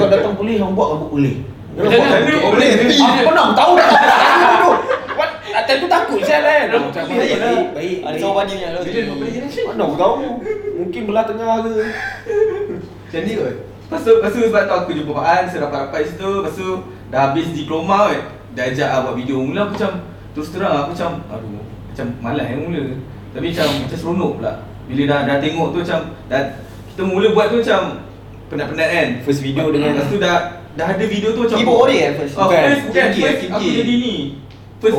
Kau datang poli Jangan buat rambut poli Jangan buat Jangan, rambut poli. boleh, boleh. Aku pernah tahu tak Atas tu takut sial kan Macam Baik baik lah. Baik Ada seorang badi ni Bila kau boleh jadi Cik mana aku tahu Mungkin belah tengah ke Macam ni kot. Lepas tu, lepas tu sebab tu aku jumpa Pak An, saya rapat-rapat situ Lepas tu, dah habis diploma kot Dia ajak lah buat video Mula aku macam, terus terang aku macam Aduh, macam malas yang mula Tapi macam, macam seronok pula Bila dah, dah tengok tu macam dah, Kita mula buat tu macam Penat-penat kan First video dengan- Lepas tu dah, dah ada video tu macam Keyboard dia kan first? Oh, Bukan. first, bukan, Kimki, first aku Kimki. jadi ni First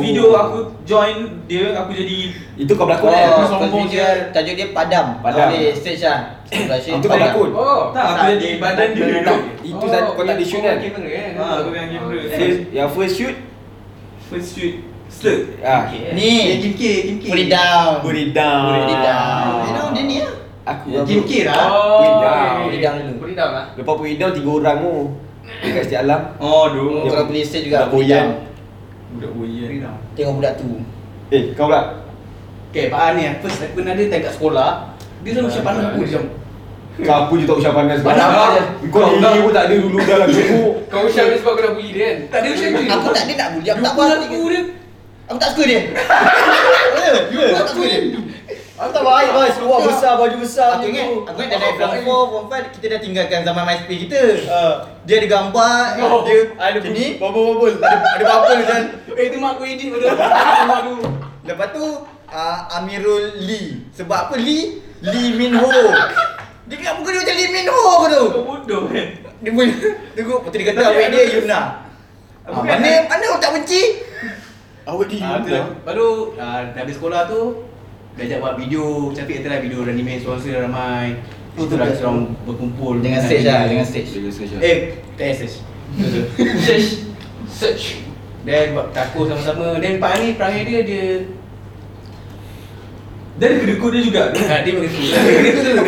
Oh. video aku join dia, aku jadi Itu kau Aku berlakon dah kan Oh, sombong sombong Eh, dia. Tajuk dia Padam. Padam. Boleh search lah. Search Itu kau berlakon Oh Tak, aku Tak, jadi dia- badan dia dia- duduk Itu saja kau tak ada shoot kan Ha, Ah, aku pegang kamera First- Yang first shoot First shoot, slur ah, Ni. Eh, Kim K, Kim K. Put it down. Put it down Put it down. You know, dia ni lah Aku Ya, Kim K lah. Oh Put it down. Put it down dulu Put it down lah Lepas put it down tiga orang oh. tu Dekat setiap alam Oh, Oh, doh. kalau boleh search Budak juga put it boyan. down. Budak Put it boyan. down. Tengok budak tu. Eh kau pula Okay, Pak An ni yang first aku pernah ada time kat sekolah Dia selalu macam pandang aku macam Kau pun je tak usah panas Panas Ah, je. Kau ni pun tak ada dulu dah lah Kau Kau usah ni sebab kau dah bully dia kan Tak ada macam tu Aku tak dia nak bully, aku tak Aku puas tak hati aku ke- dia Aku tak suka dia. Ya, Aku tak suka dia. Aku tak baik lah, seluar besar, baju besar macam Aku ingat, tu. aku ingat dari form 4, form 5 kita dah tinggalkan zaman MySpace kita. Ah. Dia ada gambar, dia ada ni, bubble-bubble. Eh. Ada ada bubble macam. Eh tu mak aku edit pada Mak aku Lepas tu ah, Amirul Lee. Sebab apa Lee? Lee Min Ho. Dia kan muka dia macam Lee Min Ho kau tu. Kau bodoh kan? Dia pun [LAUGHS] tengok puteri kata Tapi awak aku- dia Yuna. Ah, Bukan. mana mana orang tak benci? Awet di Ah, tu dah. Baru ah, dah habis sekolah tu Dia ajak buat video Syafiq kata lah video dan anime Suara-suara ramai Oh, Itu tu dah best. orang berkumpul Dengan Dan stage video. lah, dengan stage. Dia search lah. Eh, tak stage [LAUGHS] Search Search Then buat takut sama-sama Then Pak Ani perangai dia Dia Dan kedekut dia juga ah, Dia [LAUGHS] begitu Dia tu dulu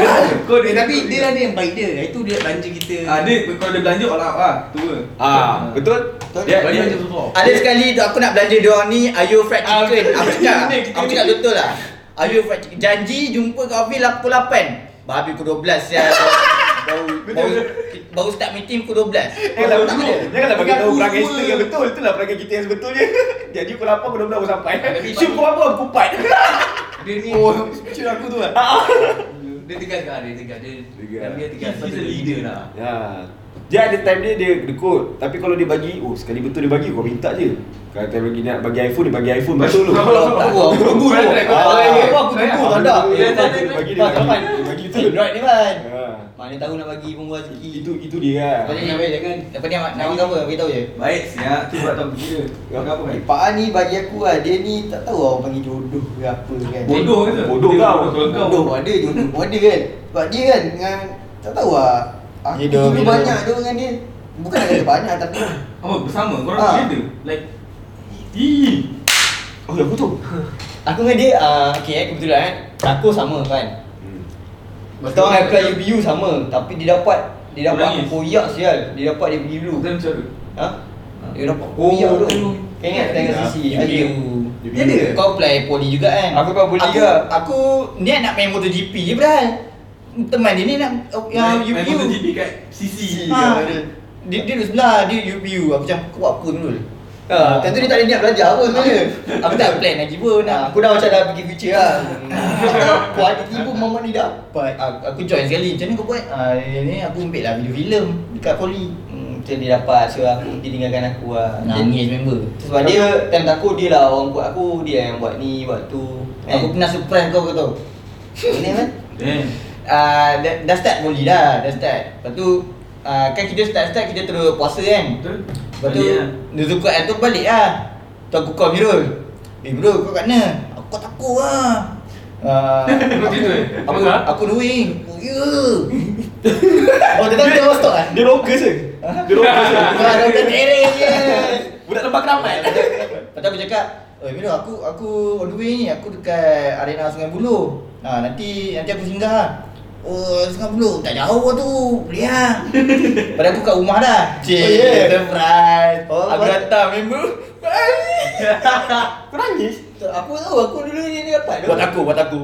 Kau dia Tapi dia lah dia yang baik dia Itu dia belanja kita Ah, dia kalau dia belanja all out lah Tu lah Ah, betul? Dia Dia, dia, belanja support Ada sekali tu aku nak belanja dia orang ni ayo fried chicken. Aku cakap, aku cakap betul lah. Ayo fried chicken. Janji jumpa kat office lah pukul 8. Babi pukul 12 ya. Baru, baru, baru start meeting pukul 12. Janganlah Aku tak betul. boleh. Janganlah bagi tahu Aku perangai semua. kita yang betul. Itulah perangai kita yang sebetulnya. [LAUGHS] Jadi pukul 8 pukul 12 baru sampai. [LAUGHS] Tapi Syuk pukul apa? Pukul 4. Dia ni Syuk aku [LAUGHS] tu lah. Dia tegas lah Dia tegas Dia Tegas. dan dia tegas He's Dia a leader lah [LAUGHS] Ya. Dia ada time dia dia dekut. Tapi kalau dia bagi, oh sekali betul dia bagi kau minta je. Kalau time bagi nak bagi iPhone dia bagi iPhone masuk dulu. Kalau tak, aku tunggu tu. Contract kau tak Ah, bayar. Apa aku tunggu tak ada. Dia tak ada. Dia bagi dia Tak, bagi. Dia bagi tu. Itu droid ni kan. Ha. Mana tahu nak bagi pun buat rezeki. Itu itu dia Banyak lah. yang baik jangan. Apa ni nak makan apa? Beritahu je. Baik siap Tu buat tahu gila Kau apa kan? Pak An ni bagi aku lah, dia ni tak tahu orang panggil jodoh ke apa kan Bodoh ke? Bodoh kau. Bodoh pun ada, jodoh pun ada kan Sebab dia kan dengan, tak tahu lah Aku Dia dah dulu bila- banyak tu dengan dia Bukan nak kata banyak tapi Apa Oh, bersama? Korang Ah. together? Like Ih Oh, aku tu. Aku dengan dia, uh, okay eh, kebetulan kan Aku sama kan Hmm. Kita orang apply UBU sama Tapi dia dapat Dia dapat Nangis. aku koyak sial Dia dapat dia pergi dulu Bukan macam tu Ha? Dia dapat koyak Oh. tu Kau ingat kita dengan sisi Ya, IU UBU. Dia ada? Kau apply poli juga kan Aku apply poli Aku- juga. Aku niat nak main MotoGP je padahal Teman dia ni nak yang Main- Main MotoGP UBU kat CC Ah. Ha. Dia dia duduk sebelah, dia UBU Aku macam kau buat apa dulu Ah. Ha, tentu dia tak ada niat belajar apa sebenarnya Aku tak plan lagi pun nak- Aku dah macam dah fikir future [LAUGHS] lah Aku ada tiba mama ni dapat Aku, aku join sekali, macam mana kau buat? Ha, ni, ni aku ambil lah video filem dekat poli Hmm, Macam dia dapat, so aku dia tinggalkan aku lah Nangis member. Sebab dia, time aku dia lah orang buat aku Dia yang buat ni, buat tu kan? Aku pernah surprise kau kau tahu. Boleh kan? Damn Ah, dah, dah start poli dah, dah start. Lepas tu ah, kan kita start-start kita terus puasa kan. Betul? Lepas tu Balik lah. dia suka tu balik lah. Tu aku call Mirul. Eh bro kau kat mana? Aku kat takut lah. [LAUGHS] Ah, aku, gitu eh? aku, Tengah? aku [LAUGHS] doing. Oh ya. Yeah. oh, dia tak tengok stok [LAUGHS] kan? Dia rocker je. Dia rocker [LAUGHS] je. Wah, dah tak tereng je. Budak lembah keramat. Lepas tu aku cakap, "Oi Mirul, aku aku on the way ni. Aku dekat arena Sungai Buloh. Ha, nanti nanti aku singgah lah." Oh, Sungai Buloh tak jauh pun tu. Boleh lah. [LAUGHS] Pada aku kat rumah dah. Cik, Oh, yeah. surprise. Oh, aku what? datang member. Kau nangis. Tak, [LAUGHS] Aku tahu aku dulu ni dia dapat tu. Buat aku, buat aku.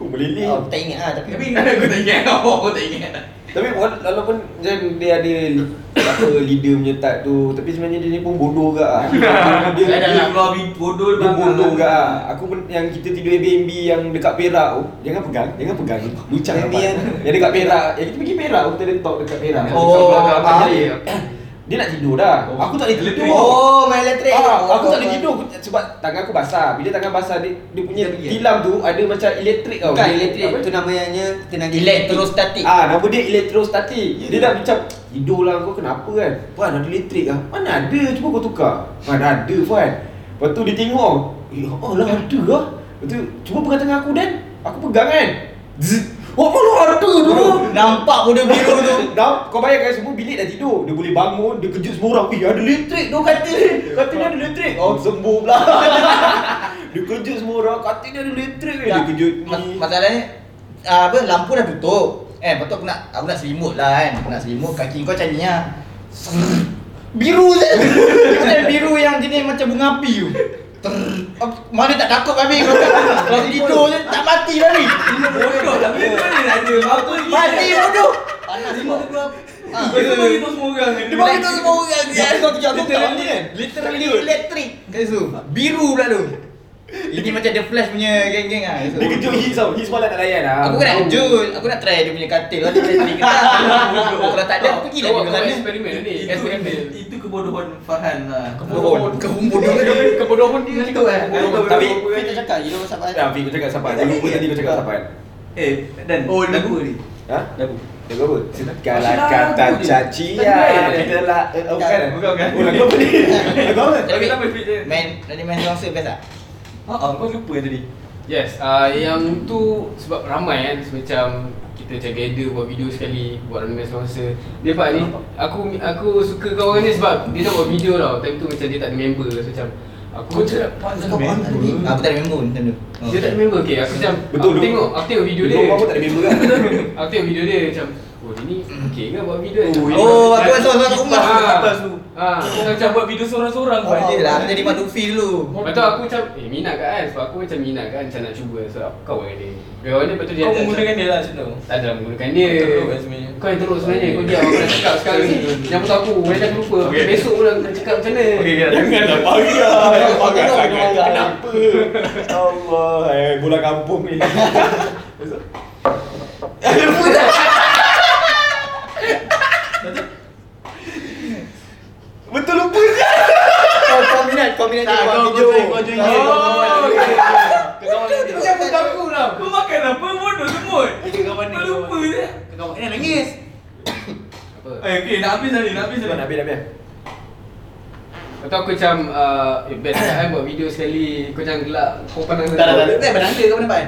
Oh, meleleh. Oh, aku tak ingat lah tapi. Tapi aku tak ingat Aku tak ingat Tapi wala- walaupun macam dia ada li- apa leader punya type tu Tapi sebenarnya dia ni pun bodoh ke [LAUGHS] ah. Dia, dia, Dia dia, dah keluar bi- bodoh dia belakang. bodoh ke ah. Aku pun yang kita tidur Airbnb yang dekat Perak tu Jangan pegang, jangan pegang Lucang Airbnb dapat yang- Yang dekat Perak, yang kita pergi Perak Kita ada talk dekat Perak Oh, ah. ah. Dia nak tidur dah Aku tak boleh tidur Oh, main elektrik. Ah, aku tak boleh tidur aku- sebab tangan aku basah. Bila tangan basah dia, dia punya Dia pergi. tilam tu ada macam elektrik tau. Bukan Dia- elektrik, apa? tu namanya tenaga Ya, Elektrostatik. Ah, nama dia elektrostatik. Dia dah macam tidur lah kau kenapa kan? Puan ada elektrik ah. Mana ada cuba kau tukar. Mana ada puan. Lepas tu dia tengok. tau. Eh, oh lah ada ah. Lepas tu cuba pegang tangan aku dan aku pegang kan. Zzz. Oh, mana ada tu. Nampak kuda biru tu. Dah, kau bayangkan semua bilik dah tidur. Dia boleh bangun, dia kejut semua orang. Eh, ada elektrik tu kata dia. Kata dia ada elektrik. Oh, sembuh pula. [LAUGHS] dia kejut semua orang. Kata dia ada elektrik. Dia Tak, kejut Ya. mas- ni. Masalahnya ah, apa lampu dah tutup. Eh, lepas tu aku nak aku nak selimut lah kan. Aku nak selimut kaki kau macam ni lah. [LAUGHS] Serr. Biru je. [LAUGHS] Dia macam biru yang jenis macam bunga api tu. Terr. Apa- Mana tak takut babi kau Kalau tidur je tak mati babi. Bodoh lah. tak boleh mana nak ada Apa ni? Mati bodoh. Panas semua. Ah. Kau tu bagi tahu semua orang Dia bagi tahu semua orang dia. Kau kejap aku tak mati kan. Literally. Elektrik kat situ. Biru pula tu. Ini macam The Flash punya geng-geng ah. Dia kejut his tau. His malah nak layan lah. Aku kan nak kejut, aku nak try dia punya katil Kalau dia boleh Kalau tak ada, aku pergi lah Kau ke buat sana eksperimen ni Itu, Eksperimen itu kebodohan Farhan lah Kebodohan. Kebodohan Kebodohan dia Kebodohan Kebodohan. dia Tapi- Ya, Kita cakap, you know what's up Dah, Fik, kau cakap sabar. Aku lupa tadi kau cakap sabar. Eh, Dan Oh, aku, lupa ni. Ha? Lagu. Lagu apa? Segala Asyik kata lagu je. cacian Tak Kita lah eh, oh, Bukan eh? Bukan, bukan. Oh lagu apa ni? Lagu apa? Tapi tak boleh dia. Main tadi main song best tak? Ha, ah, kau lupa yang tadi. Yes, uh, yang tu sebab ramai kan macam kita together buat video sekali buat random sponsor. Dia pak ni aku aku suka kau orang ni sebab dia nak buat video tau. Time tu macam dia tak ada member so macam aku Kau cakap pasal Kau on tadi. Ah, member. Aku tak ada member pun time tu. dia tak ada member okay, aku macam Betul aku dulu. tengok aku tengok video dia. Dulu Kau tak ada member kan? [LAUGHS] aku tengok video dia macam Oh dia ni okay ke buat video ni? Oh, aku rasa orang kat rumah. Atas tu. Ah, Kau macam buat video seorang-seorang Kau kau. je lah. Aku jadi Mak Lutfi dulu. Lepas tu aku macam Eh minat kat kan Sebab aku macam minat kan Macam nak cuba So aku kawan dengan dia Kawan dia lepas tu dia Kau tak- menggunakan dia lah macam tu. Tak adalah menggunakan dia Kau teruk kan sebenarnya. Kau yang teruk sebenarnya Kau diam Aku nak cakap sekarang ni Yang betul aku Boleh aku lupa Okay. Besok pula aku nak cakap macam mana Okey, okey. Janganlah pagar Pagar sangat Kenapa? Allah lah. eh, Bola kampung ni lah. [LAUGHS] Betul lupa je Kau kau minat, kau minat dia buat video. Kau Itu macam aku kaku lah. Kau makan apa bodoh semut. Kau lupa je. Kau eh nangis. Apa? Eh, okey, nak habis tadi, nak habis Dah tadi. habis dah habis Lepas tu aku macam ah, Eh best lah kan buat video sekali Kau jangan gelap Kau pandang Tak tak tak. Tak benda kau nampak.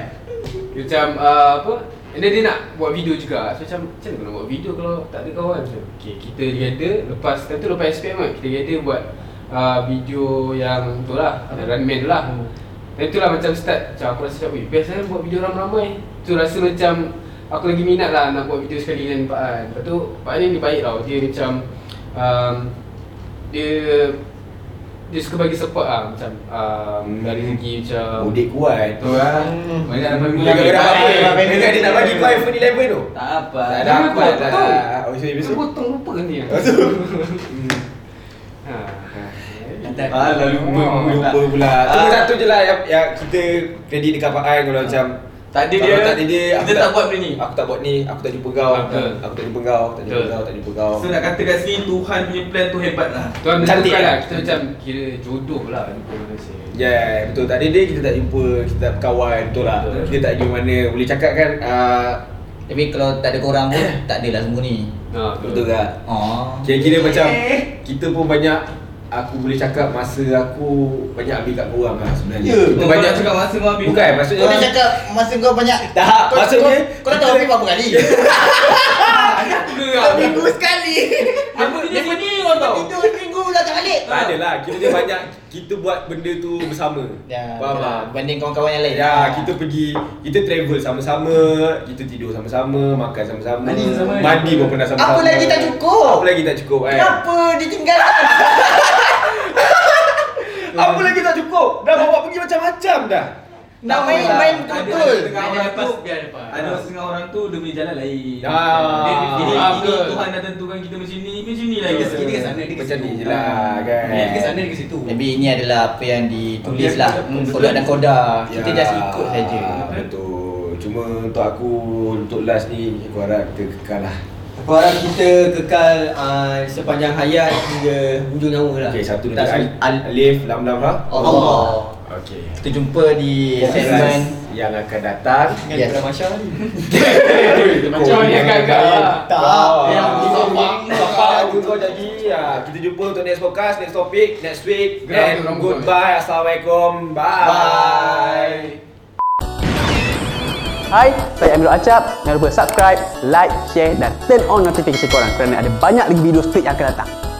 Dia macam ah, apa And then dia nak buat video juga So macam Macam mana kau nak buat video kalau tak ada kawan Macam okay, kita together Lepas Lepas tu lepas SPM kan Kita together buat uh, Video yang tu lah yang Run Man tu lah Dan tu lah macam start Macam aku rasa macam "Weh, Best lah buat video ramai-ramai Tu rasa macam Aku lagi minat lah nak buat video sekali dengan Pak An Lepas tu Pak An ni baik tau Dia macam um, Dia dia suka bagi support lah macam um, dari segi macam Mudik kuat Betul lah Hmm, Banyak dapat Dia kena bilang. dah apa Baik. Dia kena dia nak bagi kau iPhone 11 tu Tak apa. Tak Jangan ada apa potong. lah Oh sorry Aku besok potong lupa kan dia Ha. Ah, lalu lupa, lupa pula. Cuma Ah. satu je lah yang, yang kita kredit dekat Pak Ai kalau macam Tadi kalau dia, tadi dia aku kita tak buat benda ni. Aku tak buat ni, aku tak jumpa kau. Betul. Aku tak jumpa kau, aku tak jumpa Betul. kau, tak jumpa kau. So nak kata kat sini Tuhan punya plan tu hebat lah. Tuan Cantik menentukan lah lah. Kita macam kira jodoh lah Jumpa Malaysia Yeah, Ya, betul. Tadi dia kita tak jumpa, kita tak berkawan, betul lah. Betul. Kita tak jumpa mana. Boleh cakap kan ah, Tapi kalau tak ada korang pun, tak adalah semua ni. Ha, kan? betul tak? Oh. Kira-kira macam kita pun banyak aku boleh cakap masa aku banyak ambil kat korang lah sebenarnya. Ya, Kita banyak cakap masa kau habis. Bukan, maksudnya Kau dah cakap masa kau banyak Tak, Kau- maksudnya kau- Kau dah tahu Habib berapa [LAUGHS] kali? Aku Minggu sekali ah? dia sini kau tahu. Tidur minggu dah tak balik Tak adalah, kiranya banyak kita buat benda tu bersama. Ya, Faham betul lah. tak? Banding kawan-kawan yang lain Ya, kita pergi, kita travel sama-sama, kita tidur sama-sama, makan sama-sama, Mandi sama-sama. mandi pun pernah sama-sama. Apa lagi tak cukup? Apa lagi tak cukup? Eh? Kenapa ditinggal? Apa lagi tak cukup? Dah bawa pergi macam-macam dah. Nak main-main Ada betul-betul Ada setengah orang lepas tu- biar lepas. Ada setengah orang tu dia punya jalan lain. Ah. Dia- Ini Ah, ini betul. Tuhan dah tentukan kita macam ni, macam ni lah Kita kita. kita ke sana dia ke Macam situ. ni je lah kan. Dia ke sana dia ke situ. Tapi ini adalah apa yang ditulis Okey, lah betul. Hmm, Kodok dan kodak Kita Ya, just ikut saja. Betul. Cuma untuk aku, untuk last ni, aku harap kita kekal lah. Aku harap kita kekal uh, sepanjang hayat hingga hujung nyawa lah Okay, satu Tak lagi. sebut- Al- Alif, Lam, Lam, Ha? Allah Okay. Kita jumpa di segmen yang akan datang. [LAUGHS] Yes. Macam ni agak-agak lah Yang Tak. Ah, Yang sopang Sopang aku kau janji Ah, Kita jumpa untuk next podcast Next topic Next week And Gerak tu rambut kau ni. goodbye Assalamualaikum Bye Bye Hai, saya Amirul Acap. Jangan lupa subscribe, like, share dan turn on notification korang kerana ada banyak lagi video street yang akan datang.